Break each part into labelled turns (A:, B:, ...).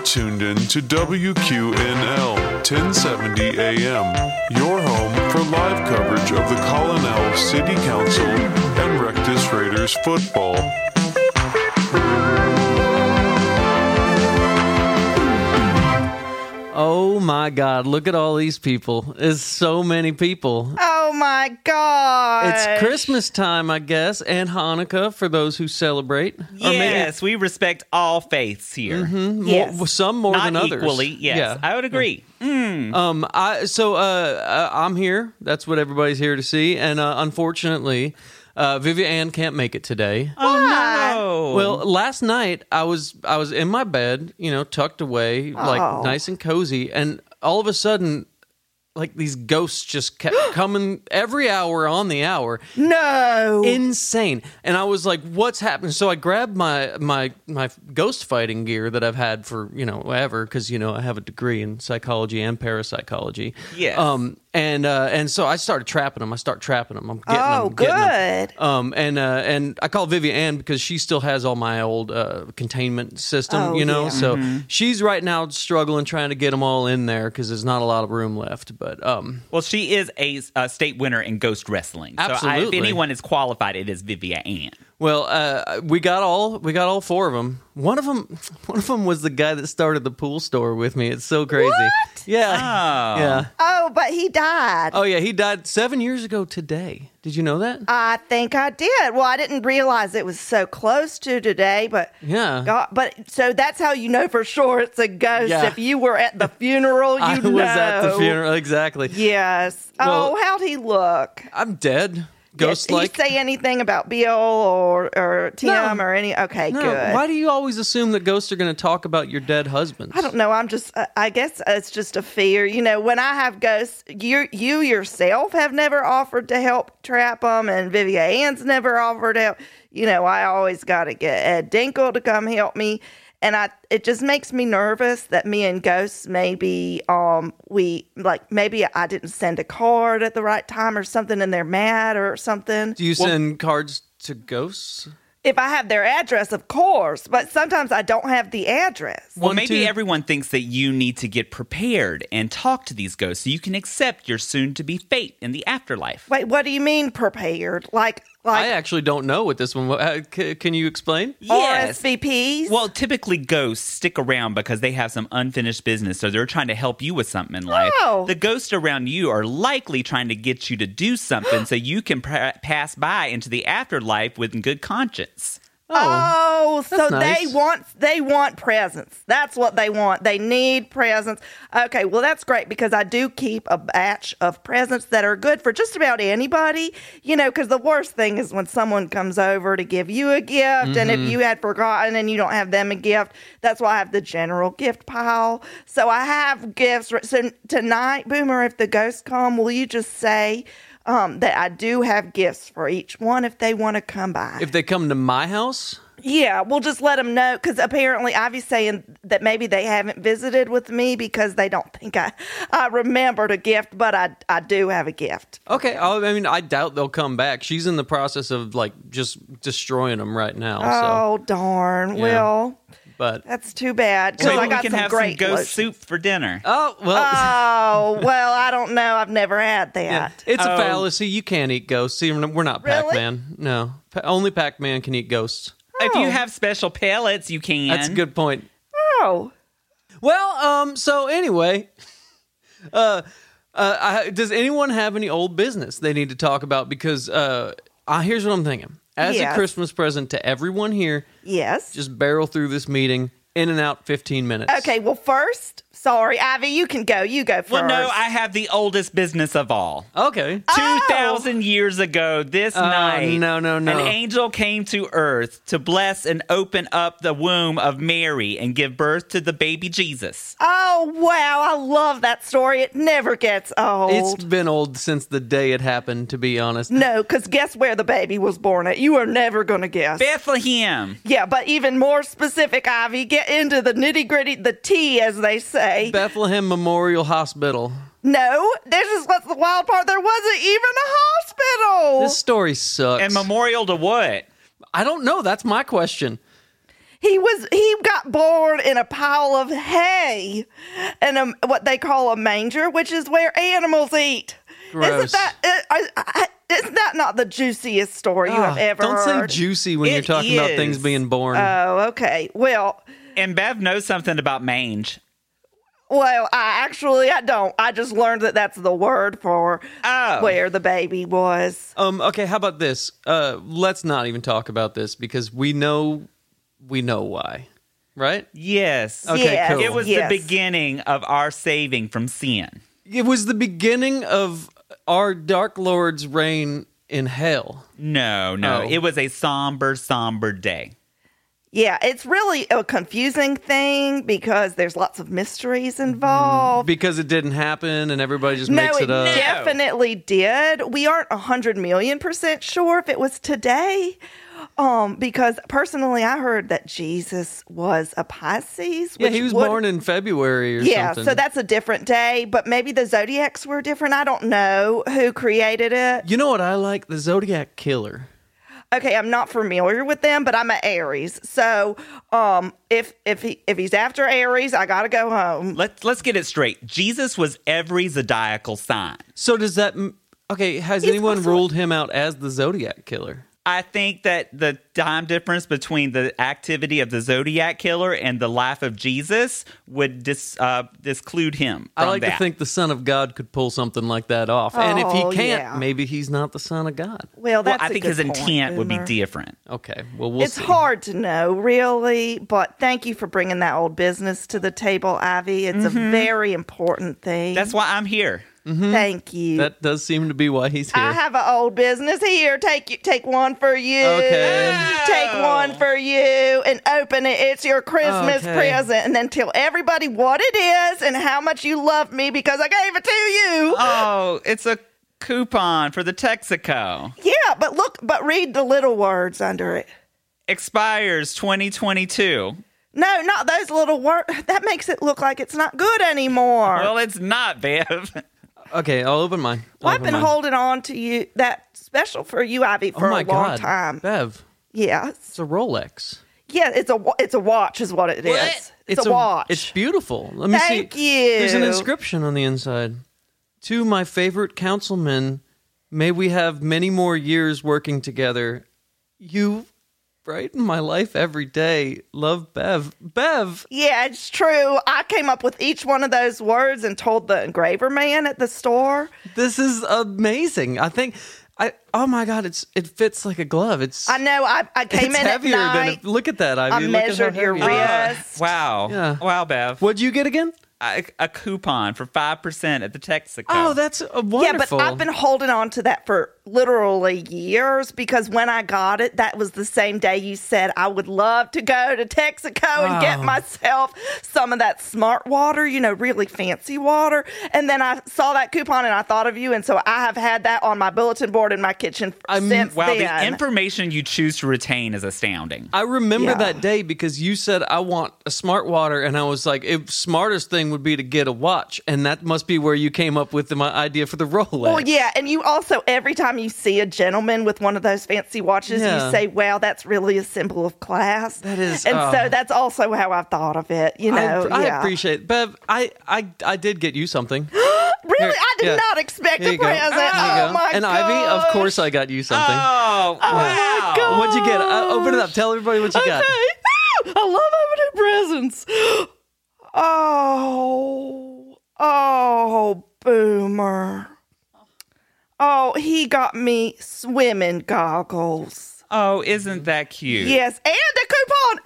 A: tuned to WQNL 1070 AM, your home for live coverage of the Colonel City Council and Rectus Raiders football.
B: Oh my God! Look at all these people. It's so many people.
C: Oh my god!
B: It's Christmas time, I guess, and Hanukkah for those who celebrate.
D: Yes, we respect all faiths here.
C: Yes.
B: Well, some Mm-hmm, more
D: Not
B: than others.
D: equally. Yes, Mm-hmm. I would agree.
B: Um, I so uh, uh, I'm here. That's what everybody's here to see. And uh, unfortunately, uh, Vivian can't make it today.
D: Oh,
B: Well, last night I was I was in my bed, you know, tucked away,
C: Oh.
B: like nice and cozy, and all of a sudden, like these ghosts just kept coming every hour on the hour,
C: no.
B: insane. And I was like, "What's happening?" So I grabbed my my my ghost fighting gear that I've had for you know ever because you know I have a degree in psychology and parapsychology.
D: Yes.
B: Um. And uh. And so I started trapping them. I start trapping them. I'm getting
C: oh,
B: them. getting 'em.
C: good.
B: Um, and uh, and I call Vivian because she still has all my old uh, containment system,
C: Oh,
B: you know.
C: yeah.
B: So she's right now struggling trying to get them all in there because there's not a lot of room left. But um,
D: well, she is a, a state winner in ghost wrestling. So I, if
B: Absolutely.
D: anyone is qualified, it is Vivia Ann.
B: well, uh, we got all we got all four of them. One of them, one of them was the guy that started the pool store with me. It's so crazy. Yeah,
C: Ah.
D: Oh.
B: yeah.
C: Oh, but he died.
B: Oh yeah, he died seven years ago today. Did you know that?
C: I think I did. Well, I didn't realize it was so close to today, but
B: Yeah.
C: God, but so that's how you know for sure it's a ghost.
B: Yeah.
C: If you were at the funeral, you
B: I
C: know.
B: was at the funeral exactly.
C: Yes.
B: Well-
C: oh, how'd he look?
B: I'm dead. Ghost
C: Did he
B: like.
C: say anything about Bill or or Tim
B: No.
C: or any? Okay,
B: No,
C: good.
B: why do you always assume that ghosts are going to talk about your dead husbands?
C: I don't know. I'm just. I- I guess it's just a fear. You know, when I have ghosts, you you yourself have never offered to help trap them, and Vivian Ann's never offered help. You know, I always got to get Ed Dinkle to come help me, and I it just makes me nervous that me and ghosts maybe um we like maybe I didn't send a card at the right time or something, and they're mad or something.
B: Do you send cards to ghosts?
C: if I have their address, of course, but sometimes I don't have the address.
D: Well,
B: One,
D: maybe
B: two-
D: everyone thinks that you need to get prepared and talk to these ghosts so you can accept your soon to be fate in the afterlife.
C: Wait, what do you mean prepared? Like
B: I
C: like
B: actually don't know what this one. Uh, c- can you explain?
C: RSVPs?
D: Well, typically ghosts stick around because they have some unfinished business, so they're trying to help you with something in life.
C: Oh.
D: The ghosts around you are likely trying to get you to do something so you can pra- pass by into the afterlife with good conscience.
C: oh, so
B: nice.
C: they want they want presents. That's what they want. They need presents. Okay, well that's great because I do keep a batch of presents that are good for just about anybody. You know, because the worst thing is when someone comes over to give you a gift, and if you had forgotten and you don't have them a gift, that's why I have the general gift pile. So I have gifts. So tonight, Boomer, if the ghosts come, will you just say? Um, that I do have gifts for each one if they want to come by.
B: If they come to my house,
C: Yeah, we'll just let them know because apparently Ivy's saying that maybe they haven't visited with me because they don't think I, I remembered a gift, but I, I do have a gift.
B: okay. I, I mean, I doubt they'll come back. She's in the process of like just destroying them right now.
C: Oh, darn. Well,
B: So, but
C: that's too bad because
D: Maybe
C: I
D: we
C: got
D: can
C: some
D: have
C: great
D: some ghost
C: lotion.
D: soup for dinner.
B: oh well.
C: Oh, well, I don't know. I've never had
B: yeah,
C: that.
B: It's
D: Oh.
B: a fallacy. You can't eat ghosts. See, we're not
C: Really?
B: Pac-Man. No, pa- only Pac-Man can eat ghosts.
D: If you
C: Oh.
D: have special pellets, you can.
B: That's a good point.
C: Oh,
B: Well, um, so anyway, uh, uh, I, does anyone have any old business they need to talk about? Because uh, I, here's what I'm thinking: as a
C: Yes.
B: Christmas present to everyone here,
C: yes.
B: just barrel through this meeting in and out 15 minutes.
C: okay, well, first, sorry, Ivy, you can go. You go first.
D: Well, no, I have the oldest business of all.
B: Okay.
C: Oh. Uh,
B: Uh,
D: 2,000 years ago, this night,
B: Oh, no, no, no.
D: an angel came to earth to bless and open up the womb of Mary and give birth to the baby Jesus.
C: Oh, wow. I love that story. It never gets old.
B: It's been old since the day it happened, to be honest.
C: No, because guess where the baby was born at? You are never going to guess.
D: Bethlehem.
C: yeah, but even more specific, Ivy, get into the nitty gritty, the tea, as they say.
B: Bethlehem Memorial Hospital.
C: no, this is what's the wild part. There wasn't even a hospital.
B: This story sucks.
D: And memorial to what?
B: I don't know. That's my question.
C: He was he got born in a pile of hay, and um, what they call a manger, which is where animals eat. Isn't
B: Gross.
C: that uh, I, I, isn't that not the juiciest story you have
B: Ah,
C: ever
B: Don't say
C: heard?
B: juicy when
D: It
B: you're talking about things
D: is.
B: being born.
C: oh, okay. Well,
D: And Bev knows something about mange.
C: well, I actually I don't. I just learned that that's the word for
D: Oh.
C: where the baby was.
B: um, okay, how about this? Uh, let's not even talk about this because we know we know why, right?
D: Yes.
B: Okay,
C: yes,
B: cool.
D: It was
C: yes.
D: the beginning of our saving from sin.
B: It was the beginning of our Dark Lord's reign in hell.
D: No, no.
B: Oh.
D: It was a somber, somber day.
C: Yeah, it's really a confusing thing because there's lots of mysteries involved.
B: because it didn't happen and everybody just
C: No,
B: Mm-hmm. makes it
C: it,
B: up.
C: definitely did. We aren't a hundred million percent sure if it was today, um, because personally, I heard that Jesus was a Pisces.
B: Yeah,
C: which
B: he was
C: would-
B: born in February or
C: Yeah,
B: something.
C: so that's a different day, but maybe the zodiacs were different. I don't know who created it.
B: You know what I like? The Zodiac Killer.
C: Okay, I'm not familiar with them, but I'm an Aries, so um, if if he if he's after Aries, I gotta go home.
D: Let's let's get it straight. Jesus was every zodiacal sign.
B: So does that? m- Okay, has
C: He's
B: anyone
C: also-
B: ruled him out as the Zodiac Killer?
D: I think that the time difference between the activity of the Zodiac killer and the life of Jesus would dis, uh, disclude him.
B: I
D: from
B: like to
D: that.
B: think the Son of God could pull something like that off, and if he
C: Oh,
B: can't,
C: yeah.
B: maybe he's not the Son of God.
C: Well,
D: Well,
C: that's
D: I
C: a
D: think
C: good
D: his
C: point,
D: intent would be
C: Boomer.
D: different.
B: Okay, well we'll
C: it's
B: see.
C: hard to know, really, but thank you for bringing that old business to the table, Ivy. It's a very important thing.
D: Mm-hmm. That's why I'm here.
C: thank you.
B: That does seem to be why he's here.
C: I have an old business here. Take you, take one for you.
B: Okay.
C: Take one for you and open it. It's your Christmas
B: Okay.
C: present, and then tell everybody what it is and how much you love me because I gave it to you.
D: Oh, it's a coupon for the Texaco.
C: yeah, but look, but read the little words under it.
D: Expires 2022.
C: No, not those little words. That makes it look like it's not good anymore.
D: Well, it's not, Bev.
B: okay, I'll open mine. I'll
C: Well, I've
B: open
C: been
B: mine.
C: holding on to you that special for you, Ivy,
B: Oh
C: for
B: my
C: a long
B: God,
C: time.
B: Bev,
C: Yes,
B: it's a Rolex.
C: yeah, it's a wa- it's a watch, is what it is. It's, a, watch.
B: It's beautiful. Let me
C: Thank
B: see. There's an
C: you.
B: inscription on the inside. To my favorite councilman, may we have many more years working together. You brighten my life every day. Love Bev. Bev.
C: yeah, it's true. I came up with each one of those words and told the engraver man at the store.
B: This is amazing. I think I oh my god, it's it fits like a glove. It's
C: I know I, I came
B: it's
C: in
B: heavier
C: at
B: than
C: night.
B: it, look at that. I,
C: I
B: mean,
C: measured your
B: look at how heavy it is.
C: wrist.
D: wow.
B: Yeah.
D: Wow, Bev.
B: What'd you get again?
D: A, a coupon for 5% at the Texaco.
B: Oh, that's uh, wonderful.
C: Yeah, but I've been holding on to that for literally years because when I got it, that was the same day you said I would love to go to Texaco and get
B: Oh.
C: myself some of that smart water, you know, really fancy water. And then I saw that coupon and I thought of you, and so I have had that on my bulletin board in my kitchen
B: I'm-
C: since
D: Wow,
C: then.
D: the information you choose to retain is astounding.
B: I remember
C: Yeah.
B: that day because you said I want a smart water, and I was like, "If smartest thing would be to get a watch," and that must be where you came up with my idea for the Rolex.
C: well, yeah, and you also every time you see a gentleman with one of those fancy watches,
B: Yeah.
C: you say, "Wow, that's really a symbol of class."
B: That is,
C: and
B: oh.
C: so that's also how I've thought of it. You know,
B: I, I
C: yeah.
B: appreciate Bev. I, I I did get you something.
C: Really,
B: Here,
C: I did
B: yeah.
C: not expect
B: Here
C: a
B: you go.
C: present.
B: There you
C: oh
B: go.
C: my
B: and Ivy, of
C: gosh.
B: course, I got you something.
D: Oh, wow.
B: What'd you get? Uh, open it up. Tell everybody what you got.
C: Okay. Ah, I love opening presents. Oh, oh, boomer. Oh, he got me swimming goggles.
D: Oh, isn't that cute?
C: Yes, and a coupon,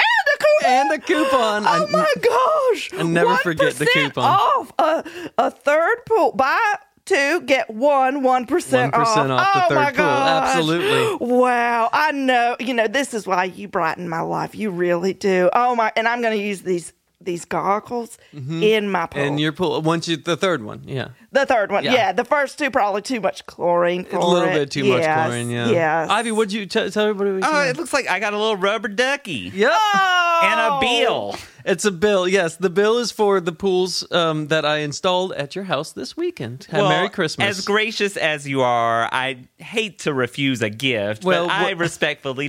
C: and a coupon,
B: And a coupon.
C: Oh
B: I-
C: my gosh!
B: I never forget the
C: 1%
B: coupon.
C: Off a, a third pool. Buy two, get one, 1% off.
B: 1% off the
C: oh
B: third
C: my
B: pool.
C: gosh.
B: Absolutely.
C: Wow. I know. You know, this is why you brighten my life. You really do. Oh my. And I'm going to use these these goggles in my pool.
B: Mm-hmm. And your pool. Once you the third one, yeah.
C: the third one.
B: Yeah.
C: Yeah. The first two, probably too much chlorine. For
B: A little
C: it.
B: bit too much
C: Yes,
B: chlorine. Yeah.
C: Yes.
B: Ivy, what'd you t- tell everybody? What you
D: Oh,
B: got?
D: it looks like I got a little rubber ducky.
B: Yep.
C: Oh,
D: and a bill.
B: It's a bill. Yes, the bill is for the pools um, that I installed at your house this weekend. Have Merry Christmas.
D: As gracious as you are, I hate to refuse a gift,
B: Well,
D: but I
B: wh-
D: respectfully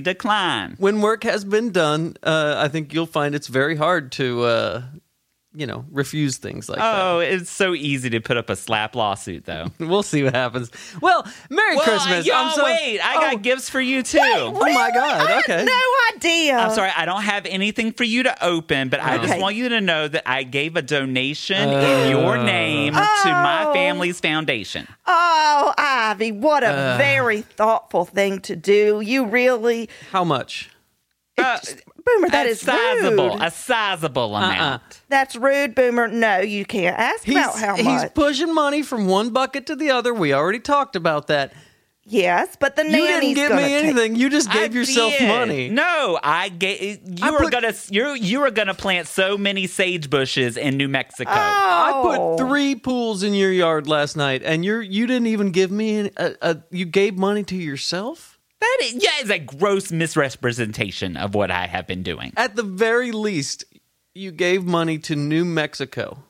D: decline.
B: when work has been done, uh, I think you'll find it's very hard to, uh, you know, refuse things like
D: Oh, it's so easy to put up a slap lawsuit, though.
C: Oh.
B: that. We'll see what happens. Well, Merry
D: well,
B: Christmas.
D: Y'all,
B: I'm so-
D: wait, I
B: Oh,
D: got gifts for you too.
B: Oh my God.
C: I
B: okay.
C: had no idea.
D: I'm sorry, I don't have anything for you to open, but I just
C: Okay.
D: want you to know that I gave a donation
B: Oh.
D: in your name to my
C: Oh.
D: family's foundation.
C: Oh, Ivy, what a very thoughtful thing to do. You really,
B: How much?
D: Uh,
C: Boomer, that
D: a
C: is
D: sizable,
C: rude.
D: a sizable
B: Uh-uh.
D: amount.
C: That's rude, Boomer. No, you can't ask about how
B: he's
C: much.
B: pushing money from one bucket to the other. We already talked about that.
C: yes, but the
B: You didn't
C: nanny's
B: give
C: gonna
B: me
C: take-
B: anything. You just gave
D: I
B: yourself
D: did.
B: money.
D: No, I gave you
B: I
D: are
B: put-
D: gonna you you are gonna plant so many sage bushes in New Mexico.
B: I
C: Oh.
B: put three pools in your yard last night, and you're you didn't even give me an, a, a. You gave money to yourself.
D: that is, yeah, is a gross misrepresentation of what I have been doing.
B: At the very least, you gave money to New Mexico.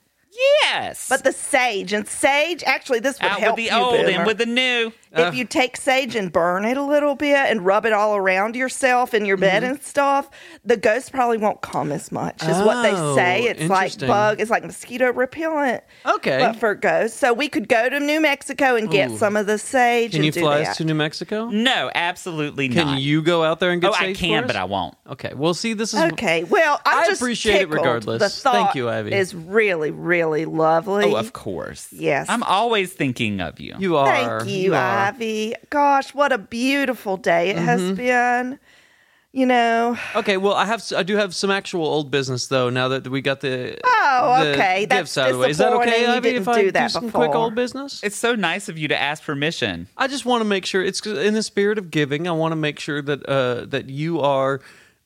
D: Yes,
C: But the sage and sage, actually, this would
D: out
C: help
D: with the
C: you,
D: old
C: Boomer.
D: and with the new.
B: uh.
C: if you take sage and burn it a little bit and rub it all around yourself in your bed
B: Mm-hmm.
C: and stuff, the ghost probably won't come as much, is what they
B: Oh,
C: say. It's like
B: interesting.
C: bug, it's like mosquito repellent.
B: Okay.
C: But for ghosts, so we could go to New Mexico and get
B: Ooh.
C: some of the sage.
B: Can
C: and
B: you
C: do
B: fly
C: that.
B: us to New Mexico?
D: No, absolutely
B: Can
D: not.
B: you go out there and get?
D: oh, I
B: saved
D: can,
B: for
D: but
B: us?
D: I won't.
B: Okay. Well, see, this is
C: Okay, well, i
B: I
C: just
B: appreciate it
C: tickled.
B: regardless.
C: The
B: Thank
C: thought
B: you, Ivy.
C: Is really, really lovely.
D: Oh, of course.
C: Yes.
D: I'm always thinking of you.
B: You are.
C: Thank you,
B: are. Mm-hmm.
C: Ivy. Gosh, what a beautiful day it has been. You know,
B: Okay. Well, I have. s- I do have some actual old business though. Now that we got the
C: Oh,
B: the
C: okay.
B: gifts
C: That's
B: out of the way. Is that
C: disappointing.
B: okay,
C: You
B: Ivy?
C: didn't
B: if I
C: do that
B: some quick
C: before.
B: old business.
D: It's so nice of you to ask permission.
B: I just want to make sure it's 'cause in the spirit of giving. I want to make sure that uh, that you are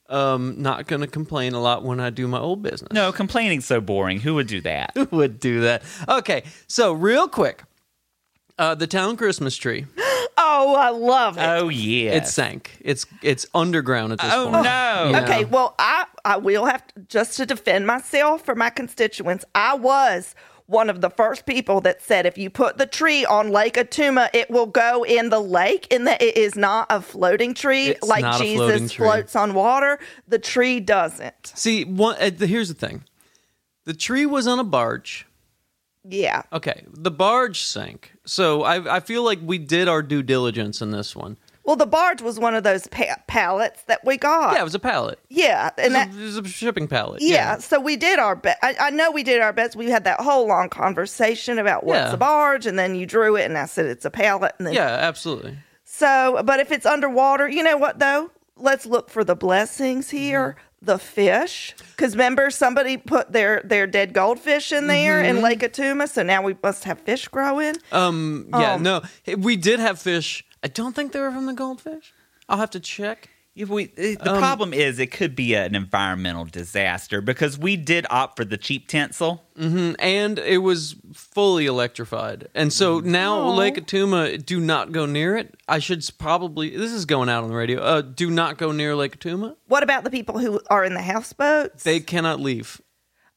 B: um, not going to complain a lot when I do my old business.
D: No, complaining's so boring. Who would do that?
B: Who would do that? Okay, so real quick, uh, the town Christmas tree.
C: oh, I love it.
D: Oh yeah.
B: It sank. It's it's underground at this
D: Oh,
B: point.
D: no.
B: You know?
C: Okay, well, I I will have to, just to defend myself for my constituents. I was one of the first people that said if you put the tree on Lake Atuma, it will go in the lake, and that it is not a floating tree
B: It's
C: like
B: not a
C: Jesus
B: floating tree.
C: floats on water. The tree doesn't.
B: See, one, uh, the, here's the thing: the tree was on a barge.
C: Yeah.
B: Okay, the barge sank. So I I feel like we did our due diligence in this one.
C: Well, the barge was one of those pa- pallets that we got.
B: Yeah, it was a pallet.
C: yeah, Uh, and
B: It
C: that,
B: was a, it was a shipping pallet.
C: yeah, so we did our best. I, I know we did our best. We had that whole long conversation about what's
B: Yeah.
C: a barge, and then you drew it, and I said it's a pallet, and then
B: Yeah, absolutely.
C: So, but if it's underwater, you know what though? Let's look for the blessings
B: Mm-hmm.
C: here. The fish, because remember somebody put their their dead goldfish in there
B: Mm-hmm.
C: in Lake Atuma, so now we must have fish growing.
B: Um, yeah, no, Hey, we did have fish. I don't think they were from the goldfish. I'll have to check.
D: If we, it- the problem is, it could be an environmental disaster because we did opt for the cheap tinsel.
B: Mm, And it was fully electrified. And so
C: Mm.
B: now Lake Atuma, do not go near it. I should s- probably, this is going out on the radio. Uh, do not go near Lake Atuma.
C: what about the people who are in the houseboats?
B: They cannot leave.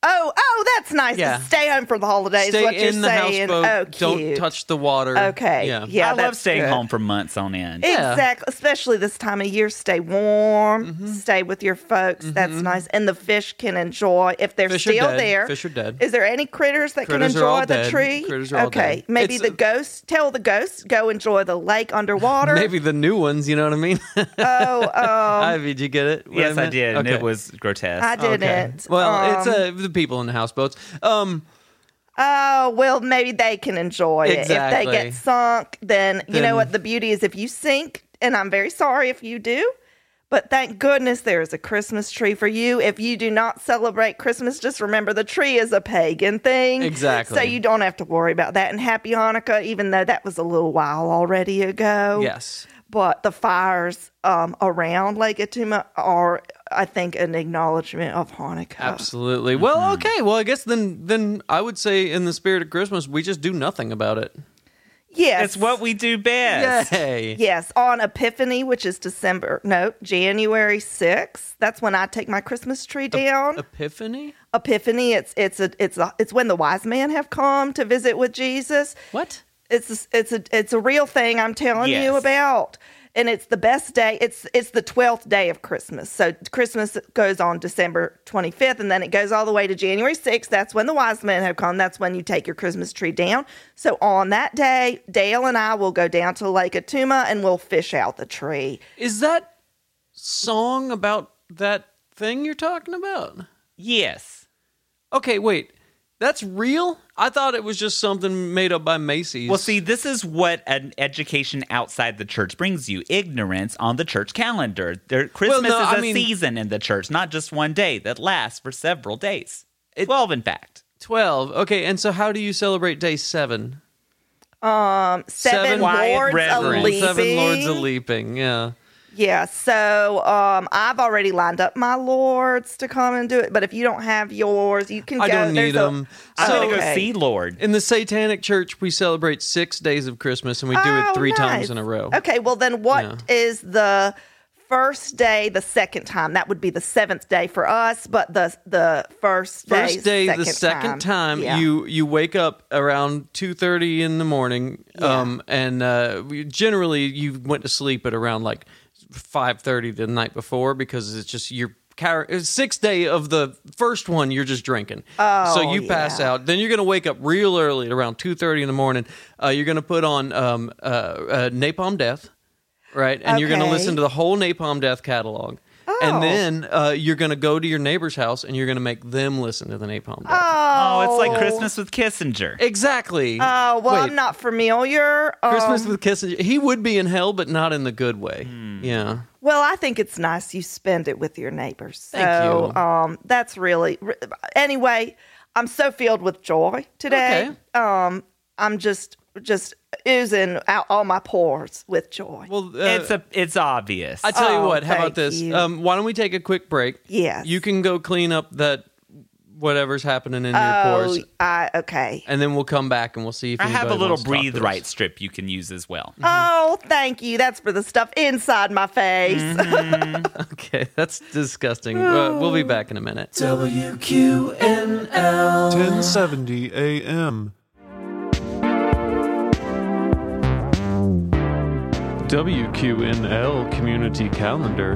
C: oh, oh, that's nice.
B: Yeah.
C: To stay home for the holidays. is
B: Stay
C: what you're
B: in the
C: saying.
B: houseboat.
C: Oh,
B: Don't
C: cute.
B: touch the water.
C: Okay,
B: Yeah.
C: yeah.
D: I love
C: that's
D: staying
C: good.
D: home for months on end.
B: Yeah. Mm-hmm.
C: Exactly, especially this time of year. Stay warm, stay with your folks. That's nice, and the fish can enjoy if they're
B: Fish are
C: still
B: dead.
C: there.
B: Fish are dead.
C: Is there any critters that
B: Critters
C: can
B: are all
C: enjoy the
B: dead.
C: tree?
B: Critters are all
C: okay,
B: dead.
C: maybe
B: It's-
C: the ghosts tell the ghosts go enjoy the lake underwater.
B: Maybe the new ones, you know what I mean?
C: Oh, um,
B: Ivy, did you get it? what
D: yes, I,
B: meant?
D: did, and
B: Okay.
D: it was grotesque.
C: I
B: Okay.
C: didn't.
B: Well,
C: Um,
B: it's uh, the people in the houseboats. Um,
C: Oh, well, maybe they can enjoy it. If they
B: Exactly.
C: get sunk, then you
B: Then-
C: know what the beauty is if you sink, and I'm very sorry if you do, but thank goodness there is a Christmas tree for you. If you do not celebrate Christmas, just remember the tree is a pagan thing.
B: Exactly.
C: So you don't have to worry about that. And happy Hanukkah, even though that was a little while already ago.
B: yes.
C: But the fires um, around Lake Atuma are, I think, an acknowledgement of Hanukkah.
B: Absolutely.
C: Mm-hmm.
B: Well, okay. Well, I guess then then I would say in the spirit of Christmas, we just do nothing about it.
C: Yes.
D: It's what we do best.
B: Yay.
C: Yes, on Epiphany, which is December, no, January 6th. That's when I take my Christmas tree down.
B: Epiphany?
C: Epiphany, it's it's a it's a, it's when the wise men have come to visit with Jesus.
B: What?
C: It's a, it's a it's a real thing I'm telling you
D: Yes.
C: about. And it's the best day. It's it's the 12th day of Christmas. So Christmas goes on December 25th and then it goes all the way to January 6th. That's when the wise men have come. That's when you take your Christmas tree down. So on that day, Dale and I will go down to Lake Atuma and we'll fish out the tree.
B: Is that song about that thing you're talking about?
D: Yes.
B: Okay, wait. That's real? I thought it was just something made up by Macy's.
D: Well, see, this is what an education outside the church brings you ignorance on the church calendar. There, Christmas
B: no,
D: is a
B: I mean-
D: season in the church, not just one day that lasts for several days. 12, in fact.
B: 12. Okay, and so how do you celebrate day 7?
C: Seven,
B: Seven
C: lords a
D: reverends.
C: leaping.
B: Seven lords a leaping, yeah.
C: Yeah, so um, I've already lined up my lords to come and do it. But if you don't have yours, you can
B: I
C: go.
B: don't
C: there's
B: need
C: a-
B: them.
D: I'm
B: So-
D: going to go
C: Okay.
D: see Lord.
B: In the Satanic Church, we celebrate six days of Christmas and we do
C: Oh,
B: it three
C: nice.
B: times in a row.
C: Okay, well then, what
B: Yeah.
C: is the first day? The second time that would be the seventh day for us, but the the first day,
B: First day, the second time,
C: Yeah.
B: you you wake up around two thirty in the morning, um, and uh, we- generally you went to sleep at around like five thirty the night before because it's just your car- it's sixth day of the first one you're just drinking, oh, so you pass
C: yeah.
B: out. Then you're gonna wake up real early at around two thirty in the morning. Uh, you're gonna put on um, uh, uh, Napalm Death, right, and you're gonna
C: Okay.
B: listen to the whole Napalm Death catalog.
C: Oh.
B: And then uh, you're going to go to your neighbor's house and you're going to make them listen to the Napalm Death.
D: Oh, it's like Christmas with Kissinger.
B: Exactly.
C: Oh well,
B: Wait,
C: I'm not familiar. Um,
B: Christmas with Kissinger. He would be in hell, but not in the good way.
D: Hmm.
B: Yeah.
C: Well, I think it's nice you spend it with your neighbors. So,
B: Thank you.
C: Um, that's really anyway. I'm so filled with joy today. Um, I'm just just oozing out all my pores with joy.
B: Well, uh,
D: it's, a, it's obvious.
B: I tell you
C: Oh,
B: what. How about
C: thank
B: this?
C: you.
B: Um, why don't we take a quick break?
C: Yes.
B: You can go clean up that whatever's happening in your
C: oh,
B: pores,
C: I, okay.
B: and then we'll come back and we'll see if
D: I have a
B: anybody
D: little
B: wants to talk
D: breathe
B: to us.
D: right strip you can use as well.
C: Oh, thank you. That's for the stuff inside my face.
B: Okay, that's disgusting. Uh, we'll
C: Oh.
B: be back in a minute.
A: 1070 AM. WQNL Community Calendar,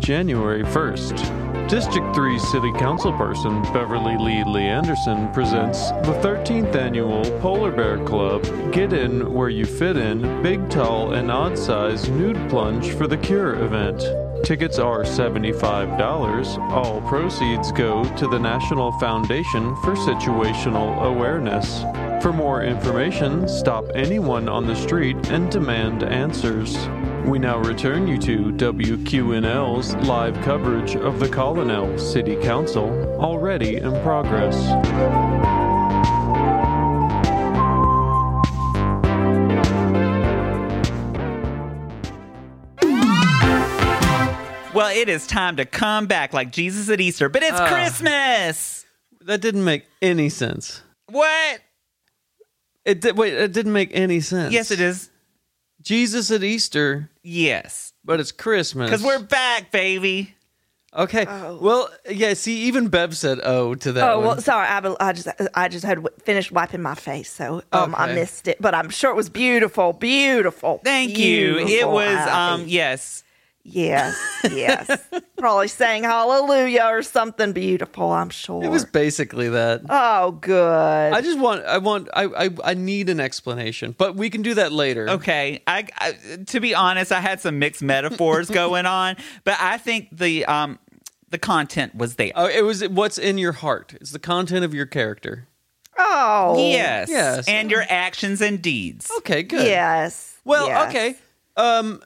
A: January 1st. District 3 City Councilperson Beverly Lee Lee Anderson presents the 13th annual Polar Bear Club Get In Where You Fit In Big, Tall, and Odd Size Nude Plunge for the Cure event. Tickets are $75. All proceeds go to the National Foundation for Situational Awareness. For more information, stop anyone on the street and demand answers. We now return you to WQNL's live coverage of the Colonel City Council, already in progress.
D: Well, it is time to come back like Jesus at Easter, but it's Christmas.
B: That didn't make any sense.
D: What?
B: It did, wait. It didn't make any sense.
D: Yes, it is.
B: Jesus at Easter,
D: Yes.
B: but it's Christmas.
D: Because we're Oh. back, baby.
B: okay. Well, yeah. See, even Bev said "oh" to that.
C: Oh
B: one.
C: well, sorry. I, be- I just I just had w- finished wiping my face, so um, I
B: Okay.
C: missed it. But I'm sure it was beautiful, beautiful.
D: Thank you. It
C: beautiful,
D: was
C: Ivy.
D: um yes.
C: yes, yes. Probably saying hallelujah or something beautiful. I'm sure.
B: It was basically that.
C: Oh, good.
B: I just want, I want, I, I, I need an explanation, but we can do that later.
D: Okay. I, I to be honest, I had some mixed metaphors going on, but I think the um the content was there.
B: Oh, it was what's in your heart. It's the content of your character.
C: oh,
D: yes.
B: yes.
D: And your actions and deeds.
B: Okay, good.
C: yes.
B: Well,
C: yes.
B: okay. Um,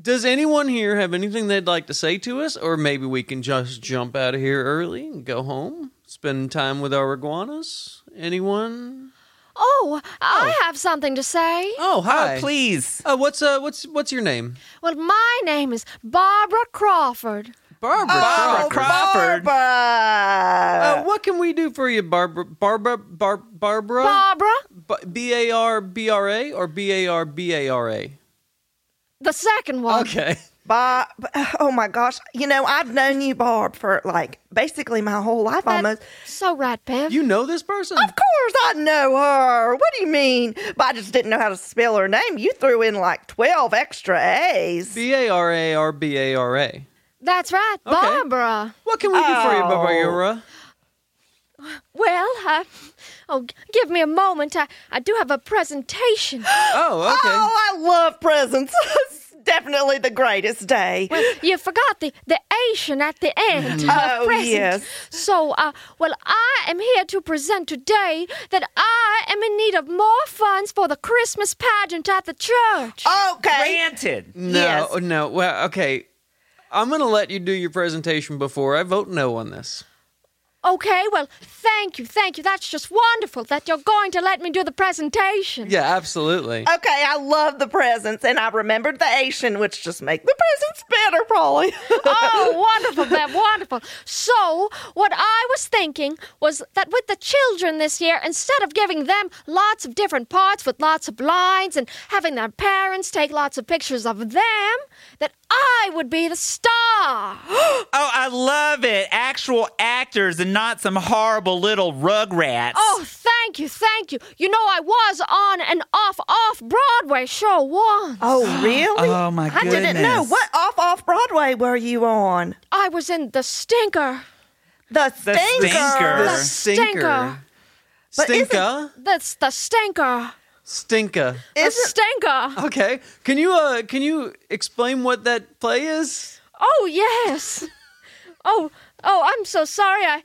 B: does anyone here have anything they'd like to say to us, or maybe we can just jump out of here early and go home, spend time with our iguanas? Anyone?
E: Oh, I have something to say.
B: Oh, hi.
D: Oh, please.
B: Uh, what's uh, what's what's your name?
E: Well, my name is Barbara Crawford.
B: Barbara.
C: Oh,
B: Crawford. Oh.
D: Barbara Crawford.
C: Barbara.
B: Uh, what can we do for you, Barbara? Barbara. Bar- Barbara.
E: Barbara,
B: B A R B R A or B A R B A R A?
E: The second one.
B: Okay.
C: Bob, oh my gosh. You know, I've known you, Barb, for like basically my whole life
E: That-
C: almost.
E: So right, Bev.
B: You know this person?
C: Of course, I know her. What do you mean? But I just didn't know how to spell her name. You threw in like 12 extra A's.
B: B A R A R B A R A.
E: That's right, Barbara.
B: What can we do for you,
C: Oh.
B: Barbara?
E: Well, I, oh, g- give me a moment. I, I do have a presentation.
B: Oh, okay.
C: Oh, I love presents. it's definitely the greatest day.
E: you forgot the the Asian at the end.
C: Oh,
E: of present.
C: yes.
E: So, uh, well, I am here to present today that I am in need of more funds for the Christmas pageant at the church.
C: Okay.
D: Granted.
B: no,
C: yes.
B: no. Well, okay. I'm going to let you do your presentation before I vote no on this.
E: Okay, well, thank you, thank you. That's just wonderful that you're going to let me do the presentation.
B: Yeah, absolutely.
C: Okay, I love the presents, and I remembered the Asian, which just make the presents better, probably.
E: Oh, wonderful, Bev, wonderful. So, what I was thinking was that with the children this year, instead of giving them lots of different parts with lots of lines and having their parents take lots of pictures of them, that I would be the star.
D: Oh, I love it. Actual actors and not some horrible little rugrats.
E: Oh, thank you, thank you. You know, I was on an off off Broadway show once.
C: oh, really?
D: Oh, my
C: I didn't know.
D: goodness.
C: What off off Broadway were you on?
E: I was in The Stinker.
C: The stinker.
D: The Stinker.
B: The
D: Sure.
B: stinker.
C: Uh, But isn't-
B: Stinker.
E: That's The Stinker.
B: Stinker.
E: The
C: Isn't-
E: Stinker.
B: Okay. Can you uh can you explain what that play is?
E: Oh yes. Oh oh, I'm so sorry. I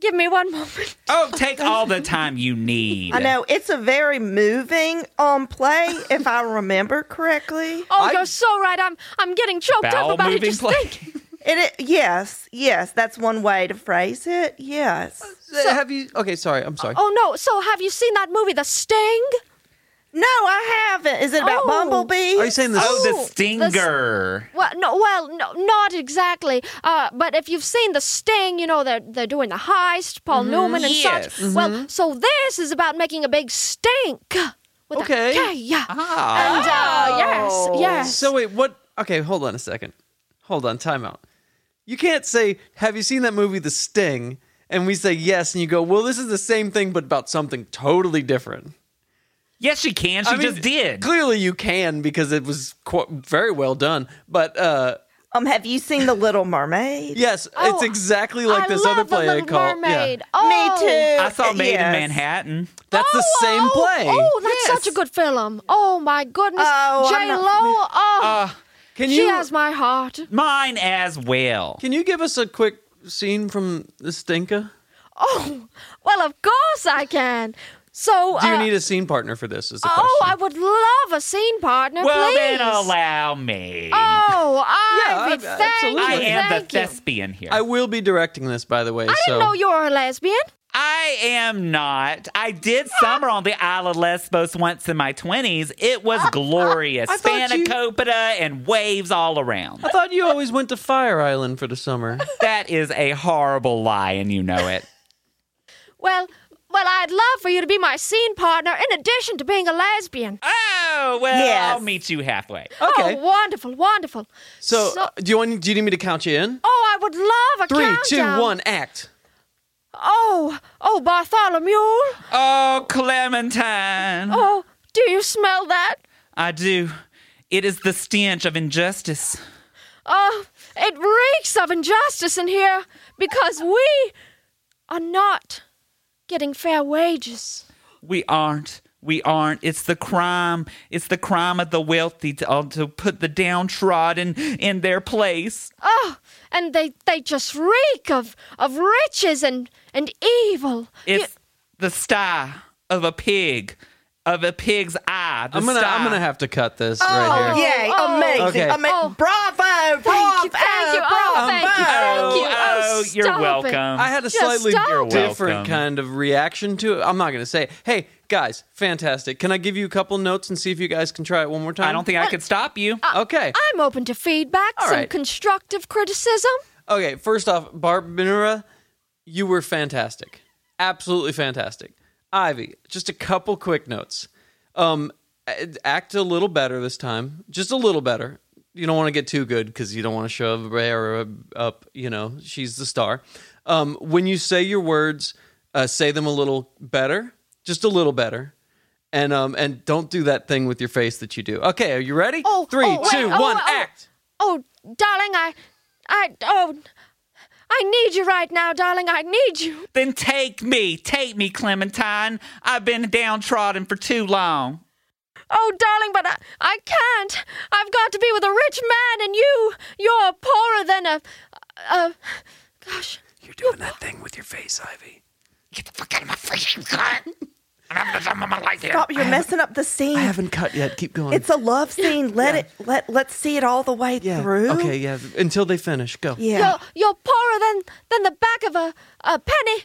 E: give me one moment.
D: Oh, take all the time you need.
C: I know it's a very moving um play, if I remember correctly.
E: Oh,
B: I-
E: you're so right. I'm I'm getting choked
D: Bowel
E: up about it.
D: moving
E: Just
D: play.
E: think.
C: It, i- yes, yes, that's one way to phrase it. Yes.
B: Have you Okay, sorry. I'm sorry.
E: Oh no. So have you seen that movie, The Sting?
C: No, I haven't. Is it about
E: Oh.
C: bumblebees?
B: Are you saying this?
D: Oh,
E: Ooh,
D: the
E: the
D: stinger.
E: Well, no. Well, no, not exactly. Uh, but if you've seen The Sting, you know they're they're doing the heist,
B: Mm-hmm.
E: Paul Newman and
D: Yes.
E: such. Well, so this is about making a big stink. With
B: Okay. Oh.
E: A K, yeah.
D: Ah.
E: And uh, yes, yes.
B: So wait, what? Okay, hold on a second. Hold on, time out. You can't say, "Have you seen that movie, The Sting?" And we say yes, and you go, "Well, this is the same thing, but about something totally different."
D: Yes, she can. She
B: I mean,
D: just did.
B: Clearly, you can because it was qu- very well done. But uh,
C: um, have you seen The Little Mermaid?
B: yes,
E: Oh,
B: it's exactly like
E: I
B: this
E: love
B: other play
E: the
B: I
E: Little
B: called. yeah.
E: Mermaid.
C: Me
E: Oh.
C: too.
D: I saw Made in
C: Yes.
D: Manhattan.
B: That's the
E: Oh,
B: same
E: oh,
B: play.
E: Oh, that's
B: Yes.
E: such a good film. Oh my goodness,
C: Oh, I'm
E: J Lo. Oh,
B: Uh, Can
E: she
B: you
E: has my heart.
D: Mine as well.
B: can you give us a quick scene from the Stinka?
E: Oh, well, of course I can. So,
B: Do you
E: uh,
B: need a scene partner for this? Is the
E: oh, I
B: question.
E: would love a scene partner,
D: Well,
E: please.
D: then allow me.
E: Oh,
B: Yeah,
E: Ivy,
B: I-
E: thank
B: absolutely.
E: you,
D: I am
E: thank
D: the
E: you.
D: thespian here.
B: I will be directing this, by the way.
E: I
B: so
E: didn't know you were a lesbian.
D: I am not. I did summer on the Isle of Lesbos once in my 20s. It was glorious.
B: I thought you-
D: Spanakopita and waves all around.
B: I thought you always went to Fire Island for the summer.
D: That is a horrible lie, and you know it.
E: Well, well, I'd love for you to be my scene partner in addition to being a lesbian.
D: Oh, well,
C: Yes.
D: I'll meet you halfway.
B: Okay.
E: Oh, wonderful, wonderful.
B: So, uh,
E: So-
B: do you want? Do you need me to count you in?
E: Oh, I would love a
B: Three, two, one,
E: countdown.
B: act.
E: Oh, oh, Bartholomew.
D: Oh, Clementine.
E: Oh, do you smell that?
D: I do. It is the stench of injustice.
E: Oh, it reeks of injustice in here because we are not getting fair wages.
D: We aren't. We aren't. It's the crime. It's the crime of the wealthy to, uh, to put the downtrodden in their place.
E: Oh, and they, they just reek of, of riches and, and evil. You-
D: It's the sty of a pig, of a pig's eye. The
B: I'm gonna.
D: sty.
B: I'm gonna have to cut this
C: Oh,
B: right here.
C: yay!
E: Oh,
C: amazing!
B: okay.
C: I mean,
E: Oh.
C: bravo!
E: thank
C: bravo!
E: you, thank
C: uh,
E: you, oh, thank you,
C: bravo.
E: thank you.
D: Oh,
E: Oh,
D: you're
E: stop it.
D: welcome.
B: I had a
E: Just
B: slightly
E: stop. You're
B: different
D: welcome.
B: kind of reaction to it. I'm not gonna say. Hey guys, fantastic. Can I give you a couple notes and see if you guys can try it one more time?
D: I don't think I could stop you.
E: Uh,
B: Okay.
E: I'm open to feedback,
B: All
E: some
B: right.
E: constructive criticism.
B: Okay, first off, Barb Minura, you were fantastic. Absolutely fantastic. Ivy, just a couple quick notes. Um, a- act a little better this time, just a little better. You don't want to get too good because you don't want to shove Rhea up. You know, she's the star. Um, when you say your words, uh, say them a little better, just a little better. And um and don't do that thing with your face that you do. Okay, are you ready?
E: Oh,
B: Three,
E: oh, wait,
B: two,
E: oh,
B: one,
E: oh.
B: act.
E: Oh, darling, I, I, oh, I need you right now, darling. I need you.
D: Then take me, take me, Clementine. I've been downtrodden for too long.
E: Oh, darling, but I, I can't. I've got to be with a rich man, and you, you're poorer than a, a, gosh.
B: You're doing that thing with your face, Ivy.
D: Get the fuck out of my face, you cunt. I'm having the time of my life here.
C: Stop! You're messing up the scene.
B: I haven't cut yet. Keep going.
C: It's a love scene. Let it. Let Let's see it all the way
B: yeah.
C: through.
B: Okay, yeah. Until they finish. Go.
C: Yeah.
E: You're, you're poorer than, than the back of a, a penny.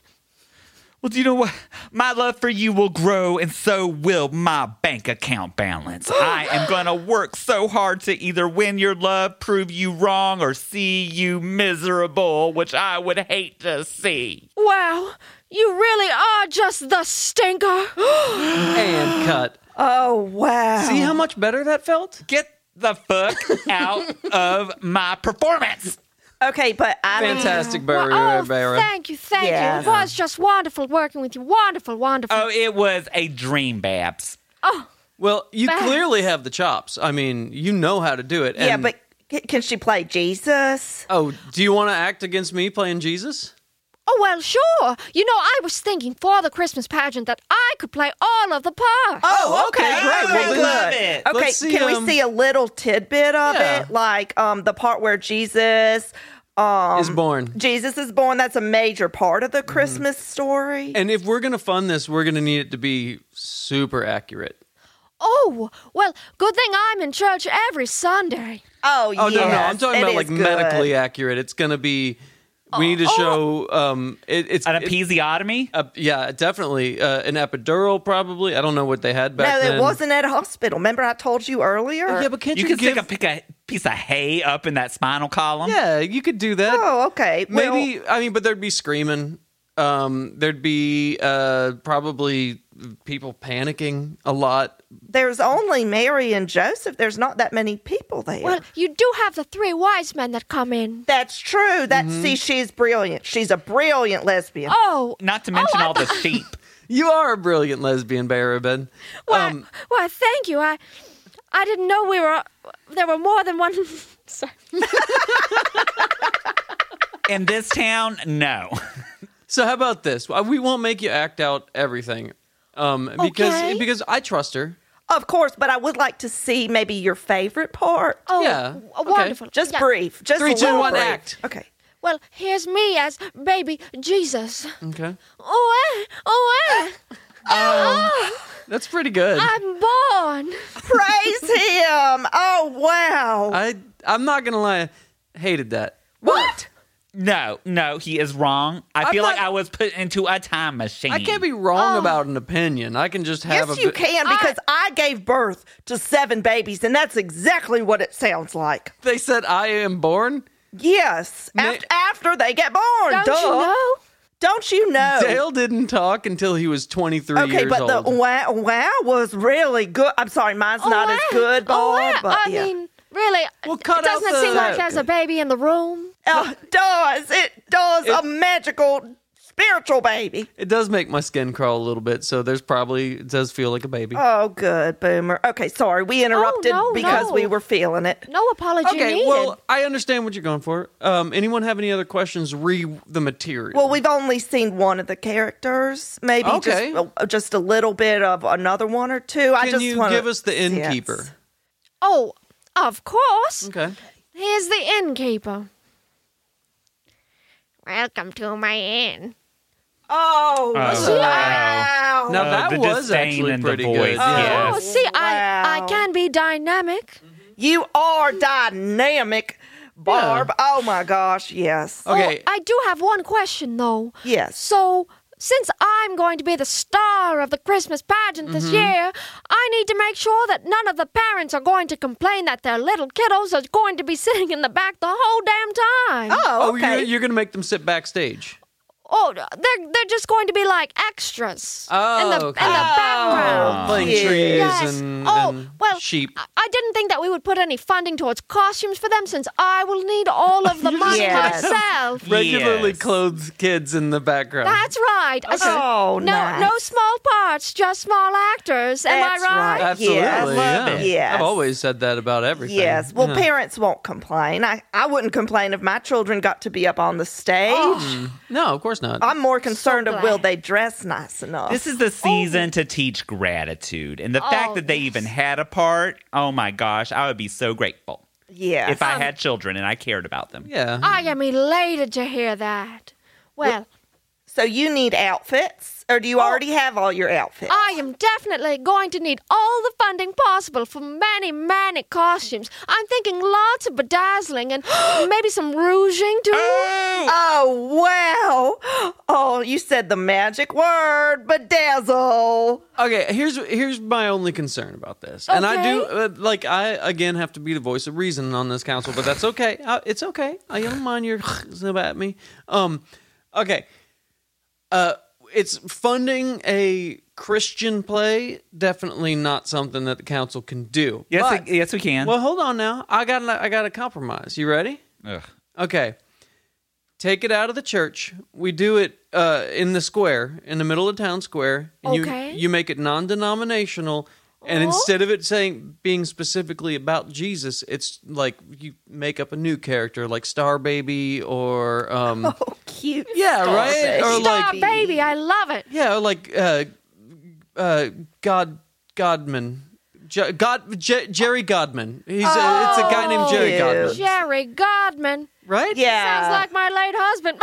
D: Well, do you know what? My love for you will grow, and so will my bank account balance. I am going to work so hard to either win your love, prove you wrong, or see you miserable, which I would hate to see.
E: Wow, you really are just the stinker.
B: And cut.
C: Oh wow.
B: See how much better that felt?
D: Get the fuck out of my performance.
C: Okay, but I mean,
B: Fantastic
E: Well,
B: barrier
E: oh,
B: barrier.
E: thank you, thank
C: Yeah.
E: you. It was just wonderful working with you. Wonderful, wonderful.
D: Oh, it was a dream, Babs.
E: oh.
B: Well, you
E: Thanks.
B: clearly have the chops. I mean, you know how to do it.
C: yeah,
B: and-
C: but c- can she play Jesus?
B: oh, do you want to act against me playing Jesus?
E: Oh, well, sure. You know, I was thinking for the Christmas pageant that I could play all of the parts.
C: Oh, okay,
D: okay.
C: great.
D: Oh,
C: Well,
D: love
C: good.
D: it.
C: Okay,
B: Let's see,
C: can
B: um,
C: we see a little tidbit of
B: Yeah.
C: it, like um the part where Jesus, um,
B: Is born.
C: Jesus is born? That's a major part of the Christmas story.
B: Mm-hmm. And if we're gonna fund this, we're gonna need it to be super accurate.
E: Oh, well, good thing I'm in church every Sunday.
C: oh,
B: Oh no, no,
C: yes,
B: I'm talking
C: it
B: about
C: is
B: like
C: good. Oh,
B: medically accurate. It's gonna be. We need to show. Um, it, it's
D: An
B: it-
D: episiotomy?
B: uh, yeah, definitely uh, an epidural. Probably. I don't know what they had back
C: No,
B: then.
C: it wasn't at a hospital. Remember, I told you earlier.
B: Yeah, but can't
D: You
B: you,
D: can
B: give?
D: stick a, pick a piece of hay up in that spinal column.
B: yeah, you could do that.
C: oh, okay. Well,
B: Maybe I mean, but there'd be screaming. Um, there'd be uh, probably people panicking a lot.
C: there's only Mary and Joseph. There's not that many people there.
E: Well, you do have the three wise men that come in.
C: That's true. That
B: Mm-hmm.
C: see, she's brilliant. She's a brilliant lesbian.
E: Oh,
D: Not to mention
E: I
D: all the sheep.
B: You are a brilliant lesbian, Barabin.
E: why,
B: Um,
E: why, thank you. I, I didn't know we were, there were more than one. Sorry.
D: In this town, no.
B: So how about this? Uh, We won't make you act out everything, um, because
E: Okay.
B: because I trust her.
C: Of course, but I would like to see maybe your favorite part.
E: Oh,
B: Yeah,
E: w-
B: okay.
E: wonderful.
C: Just
E: Yeah.
C: brief. Just
B: Three,
C: a
B: two,
C: little
B: one,
C: brief.
B: act.
C: Okay.
E: Well, here's me as baby Jesus.
B: Okay,
E: Oh, eh, oh, eh.
B: Um,
E: oh,
B: that's pretty good. I,
E: I'm born.
C: Praise him. Oh wow.
B: I am not gonna lie, hated that.
C: what?
D: No, no, he is wrong. I
B: I'm
D: feel like
B: not-
D: I was put into a time machine.
B: I can't be wrong about an opinion. I can just have
C: Yes,
B: a.
C: you
B: bit-
C: can because I gave birth to seven babies, and that's exactly what it sounds like.
B: They said I am born.
C: Yes,
B: Ma-
C: after, after they get born,
E: Don't
C: duh.
E: you know?
C: Don't you know?
B: Dale didn't talk until he was 23
C: okay,
B: years
C: but
B: old.
C: the wow, wow was really good. I'm sorry, mine's not as
E: eh,
C: good, boy.
E: oh, eh.
C: but
E: I
C: yeah.
E: mean, really,
B: Well,
E: d-
B: cut
E: doesn't
B: out
E: it seem
B: the-
E: like there's a baby in the room?
C: Oh, it does it does a magical spiritual baby?
B: It does make my skin crawl a little bit, so there's probably it does feel like a baby.
C: Oh, good, Boomer. Okay, sorry, we interrupted
E: Oh, no,
C: because we
E: no.
C: were feeling it.
E: No apology
B: okay,
E: needed.
B: well, I understand what you're going for. Um, anyone have any other questions? Re the material.
C: Well, we've only seen one of the characters, maybe
B: Okay.
C: just uh, just a little bit of another one or two. I
B: Can
C: just
B: you
C: wanna-
B: give us the innkeeper?
C: Yes.
E: oh, of course.
B: Okay.
E: Here's the innkeeper. Welcome to my inn.
C: Oh,
B: Uh,
D: Oh,
C: wow!
B: Now
D: Uh,
B: that
D: the
B: was
D: disdain
B: actually
D: in the
B: pretty
D: voice,
B: good.
D: yeah.
E: Oh, see, I,
C: Wow.
E: I can be dynamic.
C: you are dynamic, Barb. Oh my gosh, yes,
B: Okay.
E: Oh, I do have one question, though.
C: yes.
E: So, since I'm going to be the star of the Christmas pageant
B: Mm-hmm.
E: this year, I need to make sure that none of the parents are going to complain that their little kiddos are going to be sitting in the back the whole damn time.
C: Oh,
B: Oh,
C: okay.
B: you're, you're going to make them sit backstage.
E: Oh, they're they're just going to be like extras in the
B: Oh, okay.
E: in the background.
D: Oh.
B: Playing
C: Yes.
B: trees
E: Yes.
B: and,
E: oh,
B: and
E: well,
B: sheep.
E: I- I didn't think that we would put any funding towards costumes for them since I will need all of the money
C: Yes.
E: myself.
B: Regularly
D: Yes.
B: clothed kids in the background.
E: That's right. I said,
C: Oh,
E: no,
C: nice.
E: no small parts, just small actors. Am
C: That's
E: I
C: right.
E: right?
B: Absolutely.
C: Yes.
B: yeah.
C: Love it. Yes.
B: I've always said that about everything.
C: Yes. Well,
B: Yeah.
C: parents won't complain. I, I wouldn't complain if my children got to be up on the stage.
B: No, of course not.
C: I'm more concerned
E: So
C: of will
E: glad.
C: they dress nice enough.
D: This is
B: Oh.
D: the season to teach gratitude. And the
E: Oh,
D: fact that they
E: yes.
D: even had a part, oh my gosh, I would be so grateful
C: yes.
D: if I had children and I cared about them.
B: Um, yeah.
E: I am elated to hear that. Well,
C: so you need outfits, or do you already have all your outfits?
E: I am definitely going to need all the funding possible for many, many costumes. I'm thinking lots of bedazzling and maybe some rouging too.
C: Uh, oh wow! Oh, you said the magic word, bedazzle.
B: Okay, here's here's my only concern about this, and I do uh, like I again have to be the voice of reason on this council, but that's okay. I, it's okay. I don't mind your snub at me. Um, okay, uh, it's funding a Christian play. Definitely not something that the council can do.
D: Yes,
B: But-
D: I- yes, we can.
B: well, hold on now. I got an- I got a compromise. You ready?
D: Ugh.
B: Okay. Take it out of the church. We do it uh, in the square, in the middle of town square. And
E: Okay.
B: You, you make it non denominational. And
E: Oh.
B: instead of it saying being specifically about Jesus, it's like you make up a new character, like Star Baby or um,
C: Oh, cute.
B: Yeah,
C: Star
B: right?
C: Baby.
B: Or
E: Star
B: like-
E: baby, I love it.
B: yeah, or like uh, uh, God Godman, Je- God Je- Jerry Godman. He's a, it's a guy named Jerry
C: Oh.
B: Godman,
E: Jerry Godman.
B: right?
C: yeah.
E: Sounds like my late husband.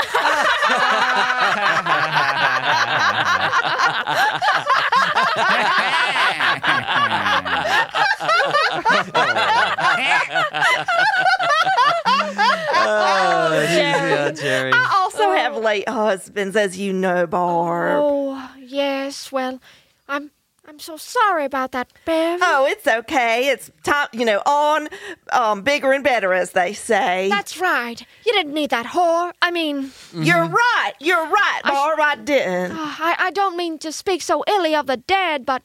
B: Oh, he's- yeah, Jerry.
C: I also have late husbands, as you know, Barb. Oh,
E: oh, yes. Well, I'm I'm so sorry about that, Bev.
C: Oh, it's okay. It's time, you know, on um, bigger and better, as they say.
E: That's right. You didn't need that whore. I mean,
C: You're right. You're right, Barb. I Ah. didn't.
E: uh, I, I don't mean to speak so illy of the dead, but